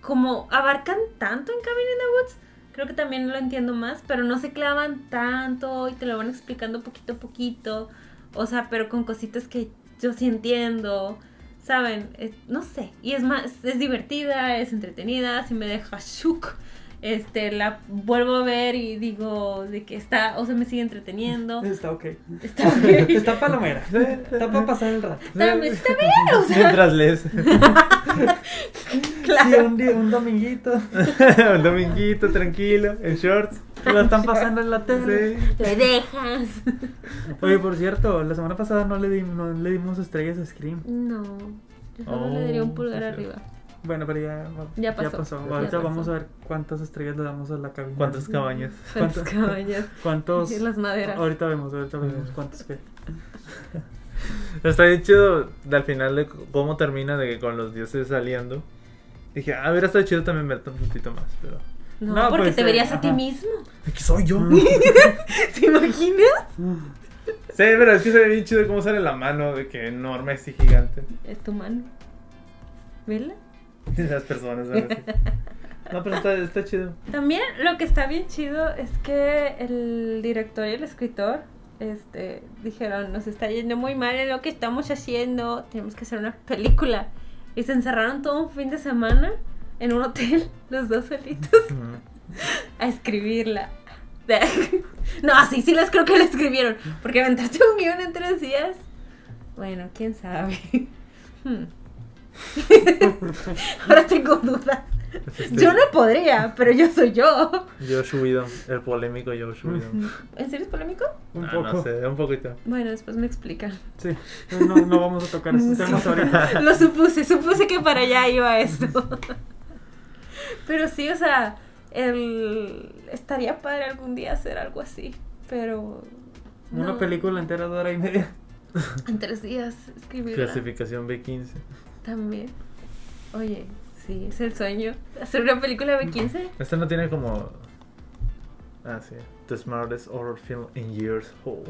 [SPEAKER 2] como abarcan tanto en Cabin in the Woods, creo que también lo entiendo más, pero no se clavan tanto y te lo van explicando poquito a poquito, o sea, pero con cositas que yo sí entiendo, ¿saben? Es- no sé, y es más, es divertida, es entretenida, si me deja shook, este, la vuelvo a ver y digo de que está, o sea, me sigue entreteniendo,
[SPEAKER 3] Está ok.
[SPEAKER 2] está bien,
[SPEAKER 3] Está palomera. Está para pasar el rato.
[SPEAKER 2] está, está bien, o sea,
[SPEAKER 1] Mientras lees.
[SPEAKER 3] Sí,
[SPEAKER 2] claro.
[SPEAKER 3] un, día- un dominguito.
[SPEAKER 1] Un dominguito, tranquilo, en shorts.
[SPEAKER 3] Lo están pasando en la tele.
[SPEAKER 1] Sí.
[SPEAKER 2] Te dejas.
[SPEAKER 3] Oye, por cierto, la semana pasada no le, dimos no le dimos estrellas a Scream.
[SPEAKER 2] No, yo solo le daría un
[SPEAKER 1] Oh,
[SPEAKER 2] pulgar
[SPEAKER 1] sí,
[SPEAKER 2] arriba.
[SPEAKER 3] Bueno, pero ya,
[SPEAKER 2] Ya pasó. Ya
[SPEAKER 3] Ahorita
[SPEAKER 2] pasó.
[SPEAKER 3] vamos a ver cuántas estrellas le damos a la cabina.
[SPEAKER 1] ¿Cuántas cabañas?
[SPEAKER 2] Cuántos
[SPEAKER 3] ¿Cuánto?
[SPEAKER 2] caballos.
[SPEAKER 3] ¿Cuántos?
[SPEAKER 2] Y Pues, las maderas.
[SPEAKER 3] Ahorita vemos, ahorita vemos cuántos que.
[SPEAKER 1] Está bien chido de al final de c- cómo termina de que con los dioses saliendo. Dije, a ver, está chido también verte un puntito más, pero.
[SPEAKER 2] No,
[SPEAKER 3] No,
[SPEAKER 2] porque
[SPEAKER 3] pues,
[SPEAKER 2] te
[SPEAKER 3] eh,
[SPEAKER 2] verías a
[SPEAKER 3] ajá.
[SPEAKER 2] ti mismo.
[SPEAKER 1] Aquí soy yo.
[SPEAKER 2] ¿Te imaginas?
[SPEAKER 1] Sí, pero es que se ve bien chido cómo sale la mano, de que enorme y gigante.
[SPEAKER 2] Es tu mano. ¿Vela?
[SPEAKER 1] De las personas, ¿sabes? No, pero está, está chido.
[SPEAKER 2] También lo que está bien chido es que el director y el escritor este, dijeron, nos está yendo muy mal en lo que estamos haciendo, tenemos que hacer una película. Y se encerraron todo un fin de semana en un hotel, los dos solitos. a escribirla. No, sí, sí les creo que la escribieron. Porque aventarte un guión en tres días. Bueno, quién sabe. Hmm. Ahora tengo dudas.
[SPEAKER 1] Es este,
[SPEAKER 2] Yo no podría, pero yo soy yo.
[SPEAKER 1] Josh Whedon, el polémico Josh Whedon.
[SPEAKER 2] ¿En serio es polémico?
[SPEAKER 3] Un
[SPEAKER 1] Ah,
[SPEAKER 3] poco.
[SPEAKER 1] No sé, un poquito.
[SPEAKER 2] Bueno, después me explican.
[SPEAKER 3] Sí, no, no vamos a tocar esos temas ahorita.
[SPEAKER 2] Lo supuse, supuse que para allá iba esto. Pero sí, o sea, el... estaría padre algún día hacer algo así, pero...
[SPEAKER 3] Una
[SPEAKER 2] no.
[SPEAKER 3] película entera de hora y media.
[SPEAKER 2] En tres días escribirla
[SPEAKER 1] Clasificación B15.
[SPEAKER 2] también. Oye, sí, es el sueño. Hacer una película B15.
[SPEAKER 1] Este no tiene como. Ah, sí. The smartest horror film in years. Oh.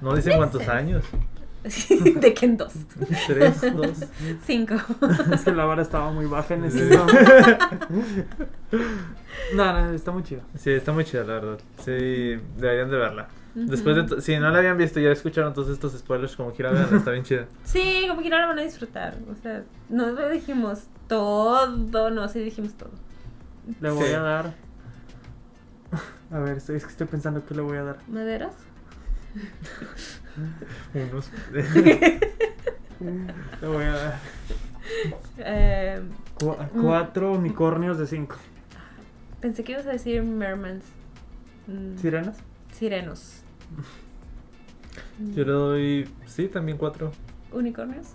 [SPEAKER 1] No dicen cuántos años.
[SPEAKER 2] ¿De que en dos?
[SPEAKER 1] Tres, dos.
[SPEAKER 2] Cinco.
[SPEAKER 3] Es que la vara estaba muy baja en ese
[SPEAKER 1] Sí.
[SPEAKER 3] No, no, está muy chido.
[SPEAKER 1] Sí, está muy chida, la verdad. Sí, deberían de verla. Después de. to- Si no la habían visto, ya escucharon todos estos spoilers, como quiera verla, está bien chida.
[SPEAKER 2] Sí, como que ahora van a disfrutar. O sea, no lo dijimos todo, no, sí dijimos todo.
[SPEAKER 3] Le voy
[SPEAKER 1] Sí.
[SPEAKER 3] a dar. A ver, estoy- es que estoy pensando qué le voy a dar.
[SPEAKER 2] ¿Maderas?
[SPEAKER 1] Unos.
[SPEAKER 3] Le voy a dar
[SPEAKER 2] Eh,
[SPEAKER 3] cua- cuatro unicornios de cinco.
[SPEAKER 2] pensé que ibas a decir mermans. Mm,
[SPEAKER 3] ¿Sirenas?
[SPEAKER 2] Sirenos.
[SPEAKER 1] Yo le doy. Sí, también cuatro.
[SPEAKER 2] ¿Unicornios?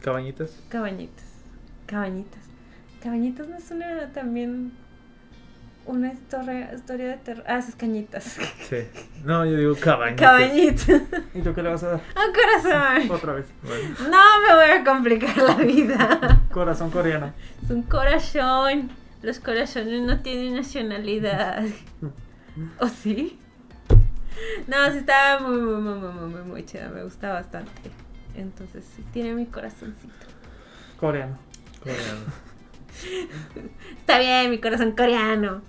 [SPEAKER 1] Cabañitas.
[SPEAKER 2] Cabañitas. Cabañitas. Cabañitas no es una también una historia, historia de terror. Ah, esas cañitas.
[SPEAKER 1] Sí. No, yo digo cabañitas.
[SPEAKER 2] Cabañitas.
[SPEAKER 3] ¿Y tú qué le vas a dar?
[SPEAKER 2] Un corazón.
[SPEAKER 3] Otra vez.
[SPEAKER 1] Bueno,
[SPEAKER 2] No me voy a complicar la vida.
[SPEAKER 3] Corazón coreano.
[SPEAKER 2] Es un corazón. Los corazones no tienen nacionalidad. ¿O sí? No, sí estaba muy, muy, muy, muy, muy, muy, muy chida. Me gusta bastante. Entonces, sí, tiene mi corazoncito.
[SPEAKER 3] Coreano.
[SPEAKER 1] coreano.
[SPEAKER 2] Está bien, mi corazón coreano.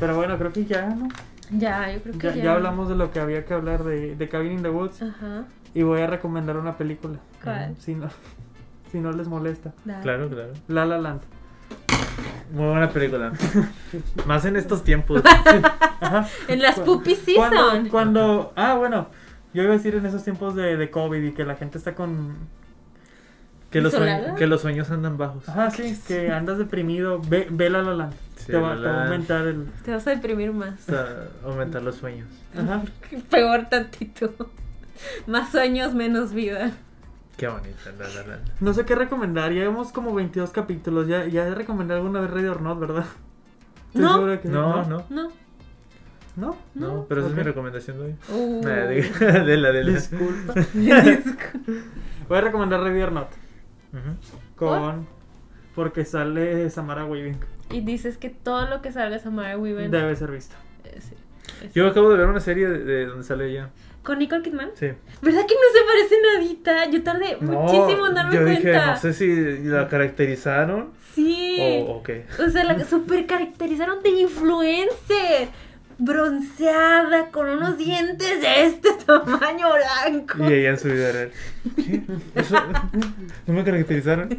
[SPEAKER 3] Pero bueno, creo que ya, ¿no?
[SPEAKER 2] Ya, yo creo que
[SPEAKER 3] Ya,
[SPEAKER 2] ya.
[SPEAKER 3] ya hablamos de lo que había que hablar de, de Cabin in the Woods.
[SPEAKER 2] Ajá.
[SPEAKER 3] Y voy a recomendar una película. Eh,
[SPEAKER 2] ¿Cuál?
[SPEAKER 3] Si no, si no les molesta.
[SPEAKER 2] Dale.
[SPEAKER 1] Claro, claro.
[SPEAKER 3] La La Land.
[SPEAKER 1] Muy buena película. Más en estos tiempos.
[SPEAKER 3] Ajá.
[SPEAKER 2] En las Puppy Season.
[SPEAKER 3] Cuando, cuando, ah, bueno, yo iba a decir en esos tiempos de, de COVID y que la gente está con,
[SPEAKER 1] Que los, sue-
[SPEAKER 2] ¿Isolada?
[SPEAKER 1] que los sueños andan bajos.
[SPEAKER 3] ajá, sí, que andas deprimido, ve, ve la la Land.
[SPEAKER 1] Sí,
[SPEAKER 3] te, va,
[SPEAKER 1] La La
[SPEAKER 3] te va a
[SPEAKER 1] Land.
[SPEAKER 3] aumentar el,
[SPEAKER 2] Te vas a deprimir más.
[SPEAKER 1] O sea, aumentar los sueños.
[SPEAKER 3] ajá,
[SPEAKER 2] Peor tantito. Más sueños, menos vida.
[SPEAKER 1] Qué bonita, la la la.
[SPEAKER 3] no sé qué recomendar, ya vimos como 22 capítulos, ya, ya recomendé alguna vez Radio Not, ¿verdad? Estoy
[SPEAKER 2] No.
[SPEAKER 3] seguro que-
[SPEAKER 1] No, no,
[SPEAKER 2] No.
[SPEAKER 3] ¿No?
[SPEAKER 1] no,
[SPEAKER 2] No.
[SPEAKER 1] pero esa
[SPEAKER 3] Ok.
[SPEAKER 1] es mi recomendación de hoy.
[SPEAKER 2] Uh.
[SPEAKER 1] Nah, de, de la de la.
[SPEAKER 3] Disculpa. Voy a recomendar Radio Not
[SPEAKER 1] Ujú.
[SPEAKER 3] con, porque sale Samara Weaving,
[SPEAKER 2] y dices que todo lo que salga es Amara Weaver.
[SPEAKER 3] debe ser visto.
[SPEAKER 2] Eh, sí. Es-
[SPEAKER 1] Yo acabo de ver una serie de, de donde sale ella.
[SPEAKER 2] Con Nicole Kidman.
[SPEAKER 1] Sí.
[SPEAKER 2] ¿Verdad que no se parece nadita? Yo tardé muchísimo en darme
[SPEAKER 1] yo
[SPEAKER 2] cuenta.
[SPEAKER 1] dije, no sé Oh. si la caracterizaron
[SPEAKER 2] Sí.
[SPEAKER 1] o, o qué.
[SPEAKER 2] O sea, la super caracterizaron de influencer. Bronceada, con unos dientes de este tamaño blanco.
[SPEAKER 1] Y ella en su vida real. ¿Qué? ¿Eso? ¿No me caracterizaron?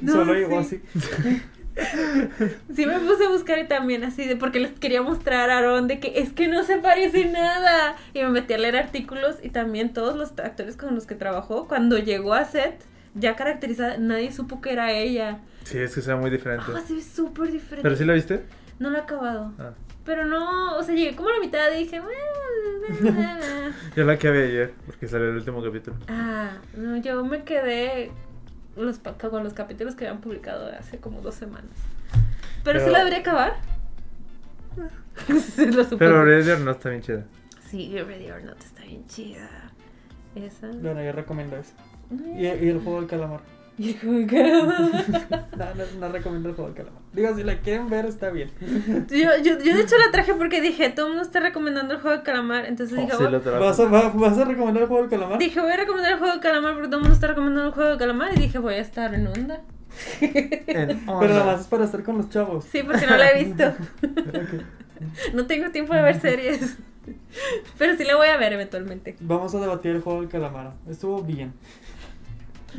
[SPEAKER 2] No,
[SPEAKER 3] Solo
[SPEAKER 2] sí.
[SPEAKER 3] llegó así.
[SPEAKER 2] Sí me puse a buscar y también así, de porque les quería mostrar a Aaron de que es que no se parece nada. Y me metí a leer artículos y también todos los actores con los que trabajó, cuando llegó a set, ya caracterizada, nadie supo que era ella.
[SPEAKER 1] Sí, es que sea muy diferente.
[SPEAKER 2] Ah, sí, súper diferente.
[SPEAKER 1] ¿Pero sí la viste?
[SPEAKER 2] No lo he acabado.
[SPEAKER 1] Ah.
[SPEAKER 2] Pero no, o sea, llegué como a la mitad y dije... "Bueno, na, na, na".
[SPEAKER 1] Yo la que vi ayer, porque salió el último capítulo.
[SPEAKER 2] ah, no, yo me quedé los, pa- con los capítulos que habían publicado hace como dos semanas. Pero, sí
[SPEAKER 1] Pero-
[SPEAKER 2] la debería acabar. Sí, lo supuse.
[SPEAKER 1] Pero Red no está bien chida.
[SPEAKER 2] Sí, Get Ready or Not está bien chida. Esa.
[SPEAKER 3] Bueno, yo recomiendo eso.
[SPEAKER 2] Mm.
[SPEAKER 3] Y, y el juego del calamar.
[SPEAKER 2] Y el juego de calamar.
[SPEAKER 3] No, no, no recomiendo el juego del calamar. Digo, si la quieren ver, está bien.
[SPEAKER 2] yo, yo, yo de hecho la traje porque dije, todo el mundo está recomendando el juego de calamar. Entonces dije,
[SPEAKER 1] Oh, Sí,
[SPEAKER 2] voy-
[SPEAKER 1] lo trajo.
[SPEAKER 3] ¿Vas a, va- vas a recomendar el juego del calamar?
[SPEAKER 2] dije, voy a recomendar el juego de calamar porque todo el mundo está recomendando el juego de calamar. Y dije, voy a estar en onda.
[SPEAKER 1] En
[SPEAKER 3] Pero nada
[SPEAKER 1] onda.
[SPEAKER 3] más es para estar con los chavos.
[SPEAKER 2] Sí, porque no la he visto. no tengo tiempo de ver series. Pero sí la voy a ver eventualmente.
[SPEAKER 3] Vamos a debatir el juego del calamar. Estuvo bien.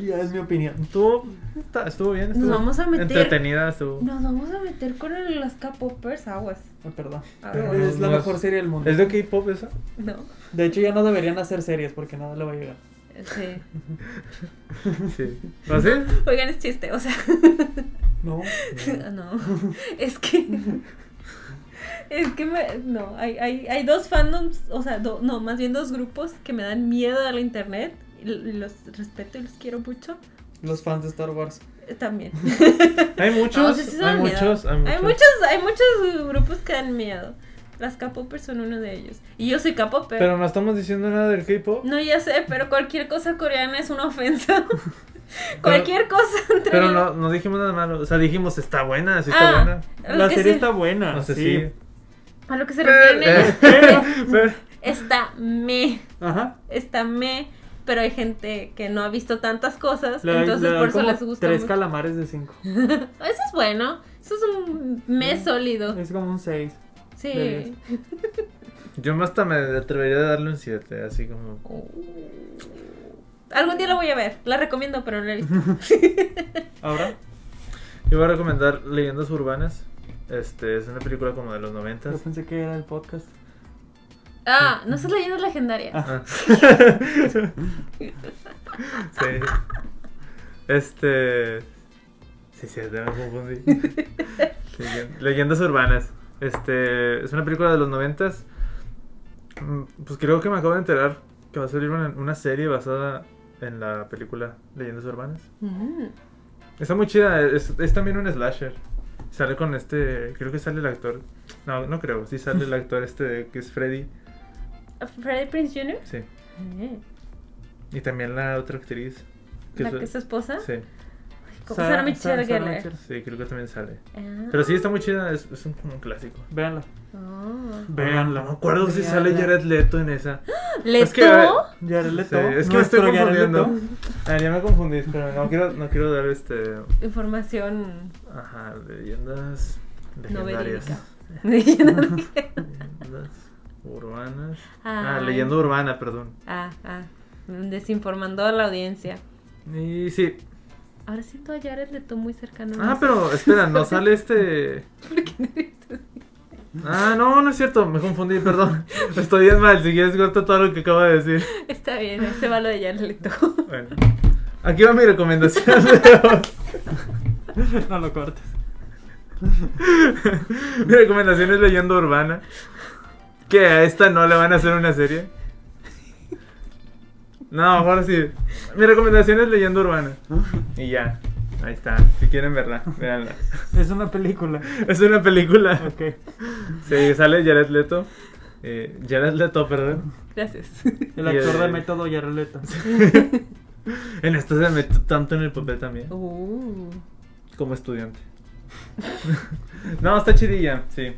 [SPEAKER 3] Ya es mi opinión.
[SPEAKER 1] Estuvo, está- estuvo bien. Estuvo
[SPEAKER 2] Nos vamos a meter-
[SPEAKER 1] Entretenida estuvo.
[SPEAKER 2] Nos vamos a meter con el- las K-Poppers aguas.
[SPEAKER 3] Oh, perdón.
[SPEAKER 2] Ah.
[SPEAKER 3] Pero es la
[SPEAKER 1] No,
[SPEAKER 3] mejor
[SPEAKER 1] es-
[SPEAKER 3] serie del mundo.
[SPEAKER 1] ¿Es de K-pop esa?
[SPEAKER 2] No.
[SPEAKER 3] De hecho, ya no deberían hacer series porque nada le va a llegar.
[SPEAKER 2] Sí.
[SPEAKER 1] Sí. ¿Ah, sí?
[SPEAKER 2] Oigan, es chiste, o sea.
[SPEAKER 3] No.
[SPEAKER 2] no, es que. Es que me- no, hay, hay, hay dos fandoms, o sea, do- no, más bien dos grupos que me dan miedo a la internet. y l- Los respeto y los quiero mucho.
[SPEAKER 4] Los fans de Star Wars.
[SPEAKER 2] eh, También.
[SPEAKER 1] Hay
[SPEAKER 2] No,
[SPEAKER 1] muchos,
[SPEAKER 2] sí, sí
[SPEAKER 1] hay,
[SPEAKER 2] dan miedo.
[SPEAKER 1] muchos hay muchos.
[SPEAKER 2] Hay muchos, hay muchos grupos que dan miedo. Las K-popers son uno de ellos. Y yo soy K-popper.
[SPEAKER 1] Pero no estamos diciendo nada del K-pop.
[SPEAKER 2] No, ya sé, pero cualquier cosa coreana es una ofensa. cualquier cosa entre
[SPEAKER 1] Pero
[SPEAKER 2] mí-
[SPEAKER 1] no, no dijimos nada malo. O sea, dijimos está buena, sí está
[SPEAKER 2] Ah.
[SPEAKER 1] buena.
[SPEAKER 2] Lo
[SPEAKER 3] La
[SPEAKER 2] que
[SPEAKER 3] serie
[SPEAKER 2] sí-
[SPEAKER 3] está buena.
[SPEAKER 1] No sé si.
[SPEAKER 3] sí.
[SPEAKER 2] A lo que se refieren
[SPEAKER 1] Pero-
[SPEAKER 2] ellos
[SPEAKER 1] pero- pero-
[SPEAKER 2] está me,
[SPEAKER 3] Ajá.
[SPEAKER 2] está me, pero hay gente que no ha visto tantas cosas,
[SPEAKER 3] Le doy- le
[SPEAKER 2] entonces
[SPEAKER 3] doy
[SPEAKER 2] por eso
[SPEAKER 3] como
[SPEAKER 2] les gusta
[SPEAKER 3] Tres
[SPEAKER 2] mucho.
[SPEAKER 3] calamares de cinco.
[SPEAKER 2] Eso es bueno, eso es un me
[SPEAKER 3] Mm.
[SPEAKER 2] sólido.
[SPEAKER 3] Es como un seis.
[SPEAKER 2] Sí.
[SPEAKER 3] de
[SPEAKER 1] Yo hasta me atrevería a darle un 7, así como.
[SPEAKER 2] Oh. Algún día la voy a ver, la recomiendo, pero no la he visto.
[SPEAKER 3] Ahora.
[SPEAKER 1] Yo voy a recomendar Leyendas Urbanas. Este, es una película como de los
[SPEAKER 3] Yo
[SPEAKER 1] 90.
[SPEAKER 3] pensé que era el podcast.
[SPEAKER 2] Ah, no estás leyendo legendaria.
[SPEAKER 1] Ah. sí. Este. Sí, sí, ya me confundí. Leyen- Leyendas urbanas. Este. Es una película de los noventas. Mm, Pues creo que me acabo de enterar que va a salir una, una serie basada en la película Leyendas Urbanas.
[SPEAKER 2] Mm.
[SPEAKER 1] Está muy chida, es, es también un slasher. Sale con este. Creo que sale el actor. No, no creo. Sí sale el actor este que es Freddy.
[SPEAKER 2] Freddy Prince Jr.
[SPEAKER 1] Sí.
[SPEAKER 2] Eh,
[SPEAKER 1] Y también la otra actriz. que
[SPEAKER 2] ¿La
[SPEAKER 1] es-
[SPEAKER 2] que es su esposa?
[SPEAKER 1] Sí,
[SPEAKER 2] Con Sarah Michelle
[SPEAKER 3] Sarah
[SPEAKER 2] Gellar.
[SPEAKER 3] Michelle.
[SPEAKER 1] sí, creo que también sale.
[SPEAKER 2] Ah.
[SPEAKER 1] Pero sí, está muy chida, es, es un, como un clásico.
[SPEAKER 3] Véanla.
[SPEAKER 2] Oh.
[SPEAKER 3] Véanla.
[SPEAKER 1] No me acuerdo si
[SPEAKER 3] Véanla.
[SPEAKER 1] sale Jared Leto en esa.
[SPEAKER 2] ¿Le
[SPEAKER 1] Es que, a ver,
[SPEAKER 2] tuvo?
[SPEAKER 3] Jared Leto.
[SPEAKER 1] Sí, es que me
[SPEAKER 3] nuestro
[SPEAKER 1] estoy
[SPEAKER 3] Jared
[SPEAKER 1] confundiendo.
[SPEAKER 3] Leto.
[SPEAKER 1] Ah, ya me confundí, pero no quiero, no quiero dar este.
[SPEAKER 2] Información
[SPEAKER 1] Ajá, leyendas.
[SPEAKER 2] no
[SPEAKER 1] Legendarias.
[SPEAKER 2] verídica.
[SPEAKER 1] Leyendas urbanas.
[SPEAKER 2] ah,
[SPEAKER 1] Ah, leyenda urbana, perdón.
[SPEAKER 2] Ah, ah. Desinformando a la audiencia.
[SPEAKER 1] Y sí.
[SPEAKER 2] Ahora siento a Jared Leto muy cercano.
[SPEAKER 1] Ah, pero espera, no sale este.
[SPEAKER 2] ¿Por qué no eres así?
[SPEAKER 1] Ah, no, no es cierto, me confundí, perdón. Estoy bien mal, si quieres corto todo lo que acabo de decir.
[SPEAKER 2] Está bien, ahí se va lo de Jared Leto.
[SPEAKER 1] Bueno, aquí va mi recomendación de hoy.
[SPEAKER 3] No lo cortes.
[SPEAKER 1] Mi recomendación es Leyenda Urbana. Que a esta no le van a hacer una serie. No, ahora sí. Mi recomendación es Leyenda Urbana. Y ya. Ahí está. Si quieren verla, véanla.
[SPEAKER 3] Es una película.
[SPEAKER 1] Es una película.
[SPEAKER 3] Ok.
[SPEAKER 1] Sí, sale Jared Leto. Eh, Jared Leto, perdón.
[SPEAKER 2] Gracias.
[SPEAKER 3] El
[SPEAKER 1] Y
[SPEAKER 3] actor de
[SPEAKER 1] el-
[SPEAKER 3] método Jared Leto.
[SPEAKER 1] En esto se metió tanto en el papel también.
[SPEAKER 2] Uh.
[SPEAKER 1] Como estudiante. no, está chidilla, sí.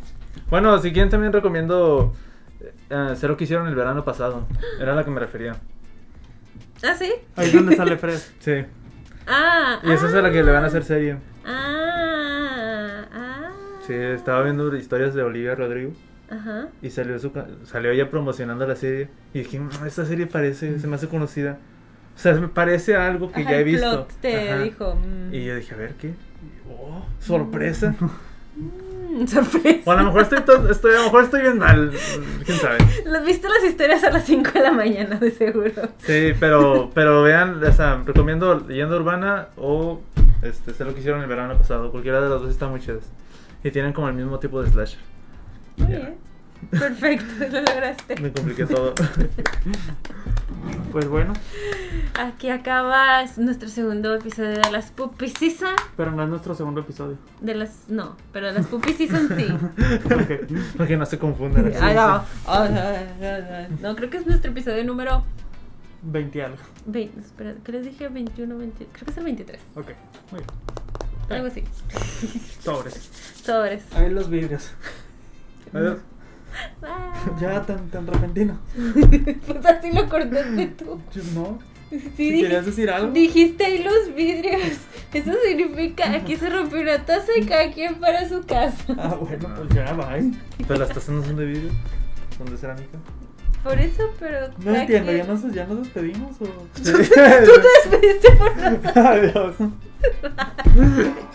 [SPEAKER 1] Bueno, si quieren también recomiendo eh, Cero que hicieron el verano pasado. Era a la que me refería.
[SPEAKER 2] ¿Ah, sí?
[SPEAKER 3] Ahí es donde sale Fred.
[SPEAKER 1] Sí.
[SPEAKER 2] Ah.
[SPEAKER 1] Y esa es a la que le van a hacer
[SPEAKER 2] ah.
[SPEAKER 1] serie.
[SPEAKER 2] Ah. Ah.
[SPEAKER 1] Sí, estaba viendo historias de Olivia Rodrigo
[SPEAKER 2] Ajá.
[SPEAKER 1] y salió su ca- salió ella promocionando la serie y dije, "Mm, esta serie parece, se me hace conocida. O sea, me parece a algo que
[SPEAKER 2] Ajá,
[SPEAKER 1] ya he
[SPEAKER 2] el
[SPEAKER 1] visto.
[SPEAKER 2] plot te
[SPEAKER 1] Ajá.
[SPEAKER 2] dijo. mm.
[SPEAKER 1] Y yo dije, a ver qué. Y, Oh, sorpresa.
[SPEAKER 2] Mm, sorpresa.
[SPEAKER 1] O a lo mejor estoy, to- estoy a lo mejor estoy bien mal, quién sabe.
[SPEAKER 2] Las- ¿Viste las historias a las 5 de la mañana, de seguro?
[SPEAKER 1] Sí, pero, pero vean, o sea, recomiendo Leyenda Urbana o este, sé lo que hicieron el verano pasado. Cualquiera de las dos está muy chidas. Y tienen como el mismo tipo de slasher.
[SPEAKER 2] Muy
[SPEAKER 1] Ya.
[SPEAKER 2] bien. Perfecto, lo lograste.
[SPEAKER 1] Me compliqué todo.
[SPEAKER 3] Pues bueno,
[SPEAKER 2] Aquí acaba nuestro segundo episodio de las Puppy Season.
[SPEAKER 3] pero no es nuestro segundo episodio.
[SPEAKER 2] De las. No, pero de las Puppy Season sí.
[SPEAKER 3] Ok.
[SPEAKER 1] Para que no se confundan. así.
[SPEAKER 2] Ah, no. Ah, no, no, no. No, creo que es nuestro episodio número.
[SPEAKER 3] 20 algo.
[SPEAKER 2] 20, espera, ¿qué les dije? 21, 20. Creo que es el 23.
[SPEAKER 3] Ok. Muy bien.
[SPEAKER 2] Algo así.
[SPEAKER 3] Sobres.
[SPEAKER 2] Sobres.
[SPEAKER 3] Ahí los vidrios.
[SPEAKER 1] Adiós.
[SPEAKER 2] Bye.
[SPEAKER 3] Ah. Ya tan, tan repentino.
[SPEAKER 2] Ah. Pues así lo cortaste tú.
[SPEAKER 3] Yo- No.
[SPEAKER 2] Sí,
[SPEAKER 3] Si
[SPEAKER 2] dije-
[SPEAKER 3] querías decir algo.
[SPEAKER 2] Dijiste ahí los vidrios. Eso significa aquí se rompió una taza y cada quien para su casa.
[SPEAKER 3] Ah, bueno, pues ya, bye.
[SPEAKER 1] Pero las tazas no son de vidrio, son de cerámica.
[SPEAKER 2] Por eso, pero.
[SPEAKER 3] No
[SPEAKER 2] cada
[SPEAKER 3] entiendo,
[SPEAKER 2] quien-
[SPEAKER 3] ya nos, ya nos despedimos o.
[SPEAKER 2] Tú te despediste por nosotros.
[SPEAKER 3] Adiós.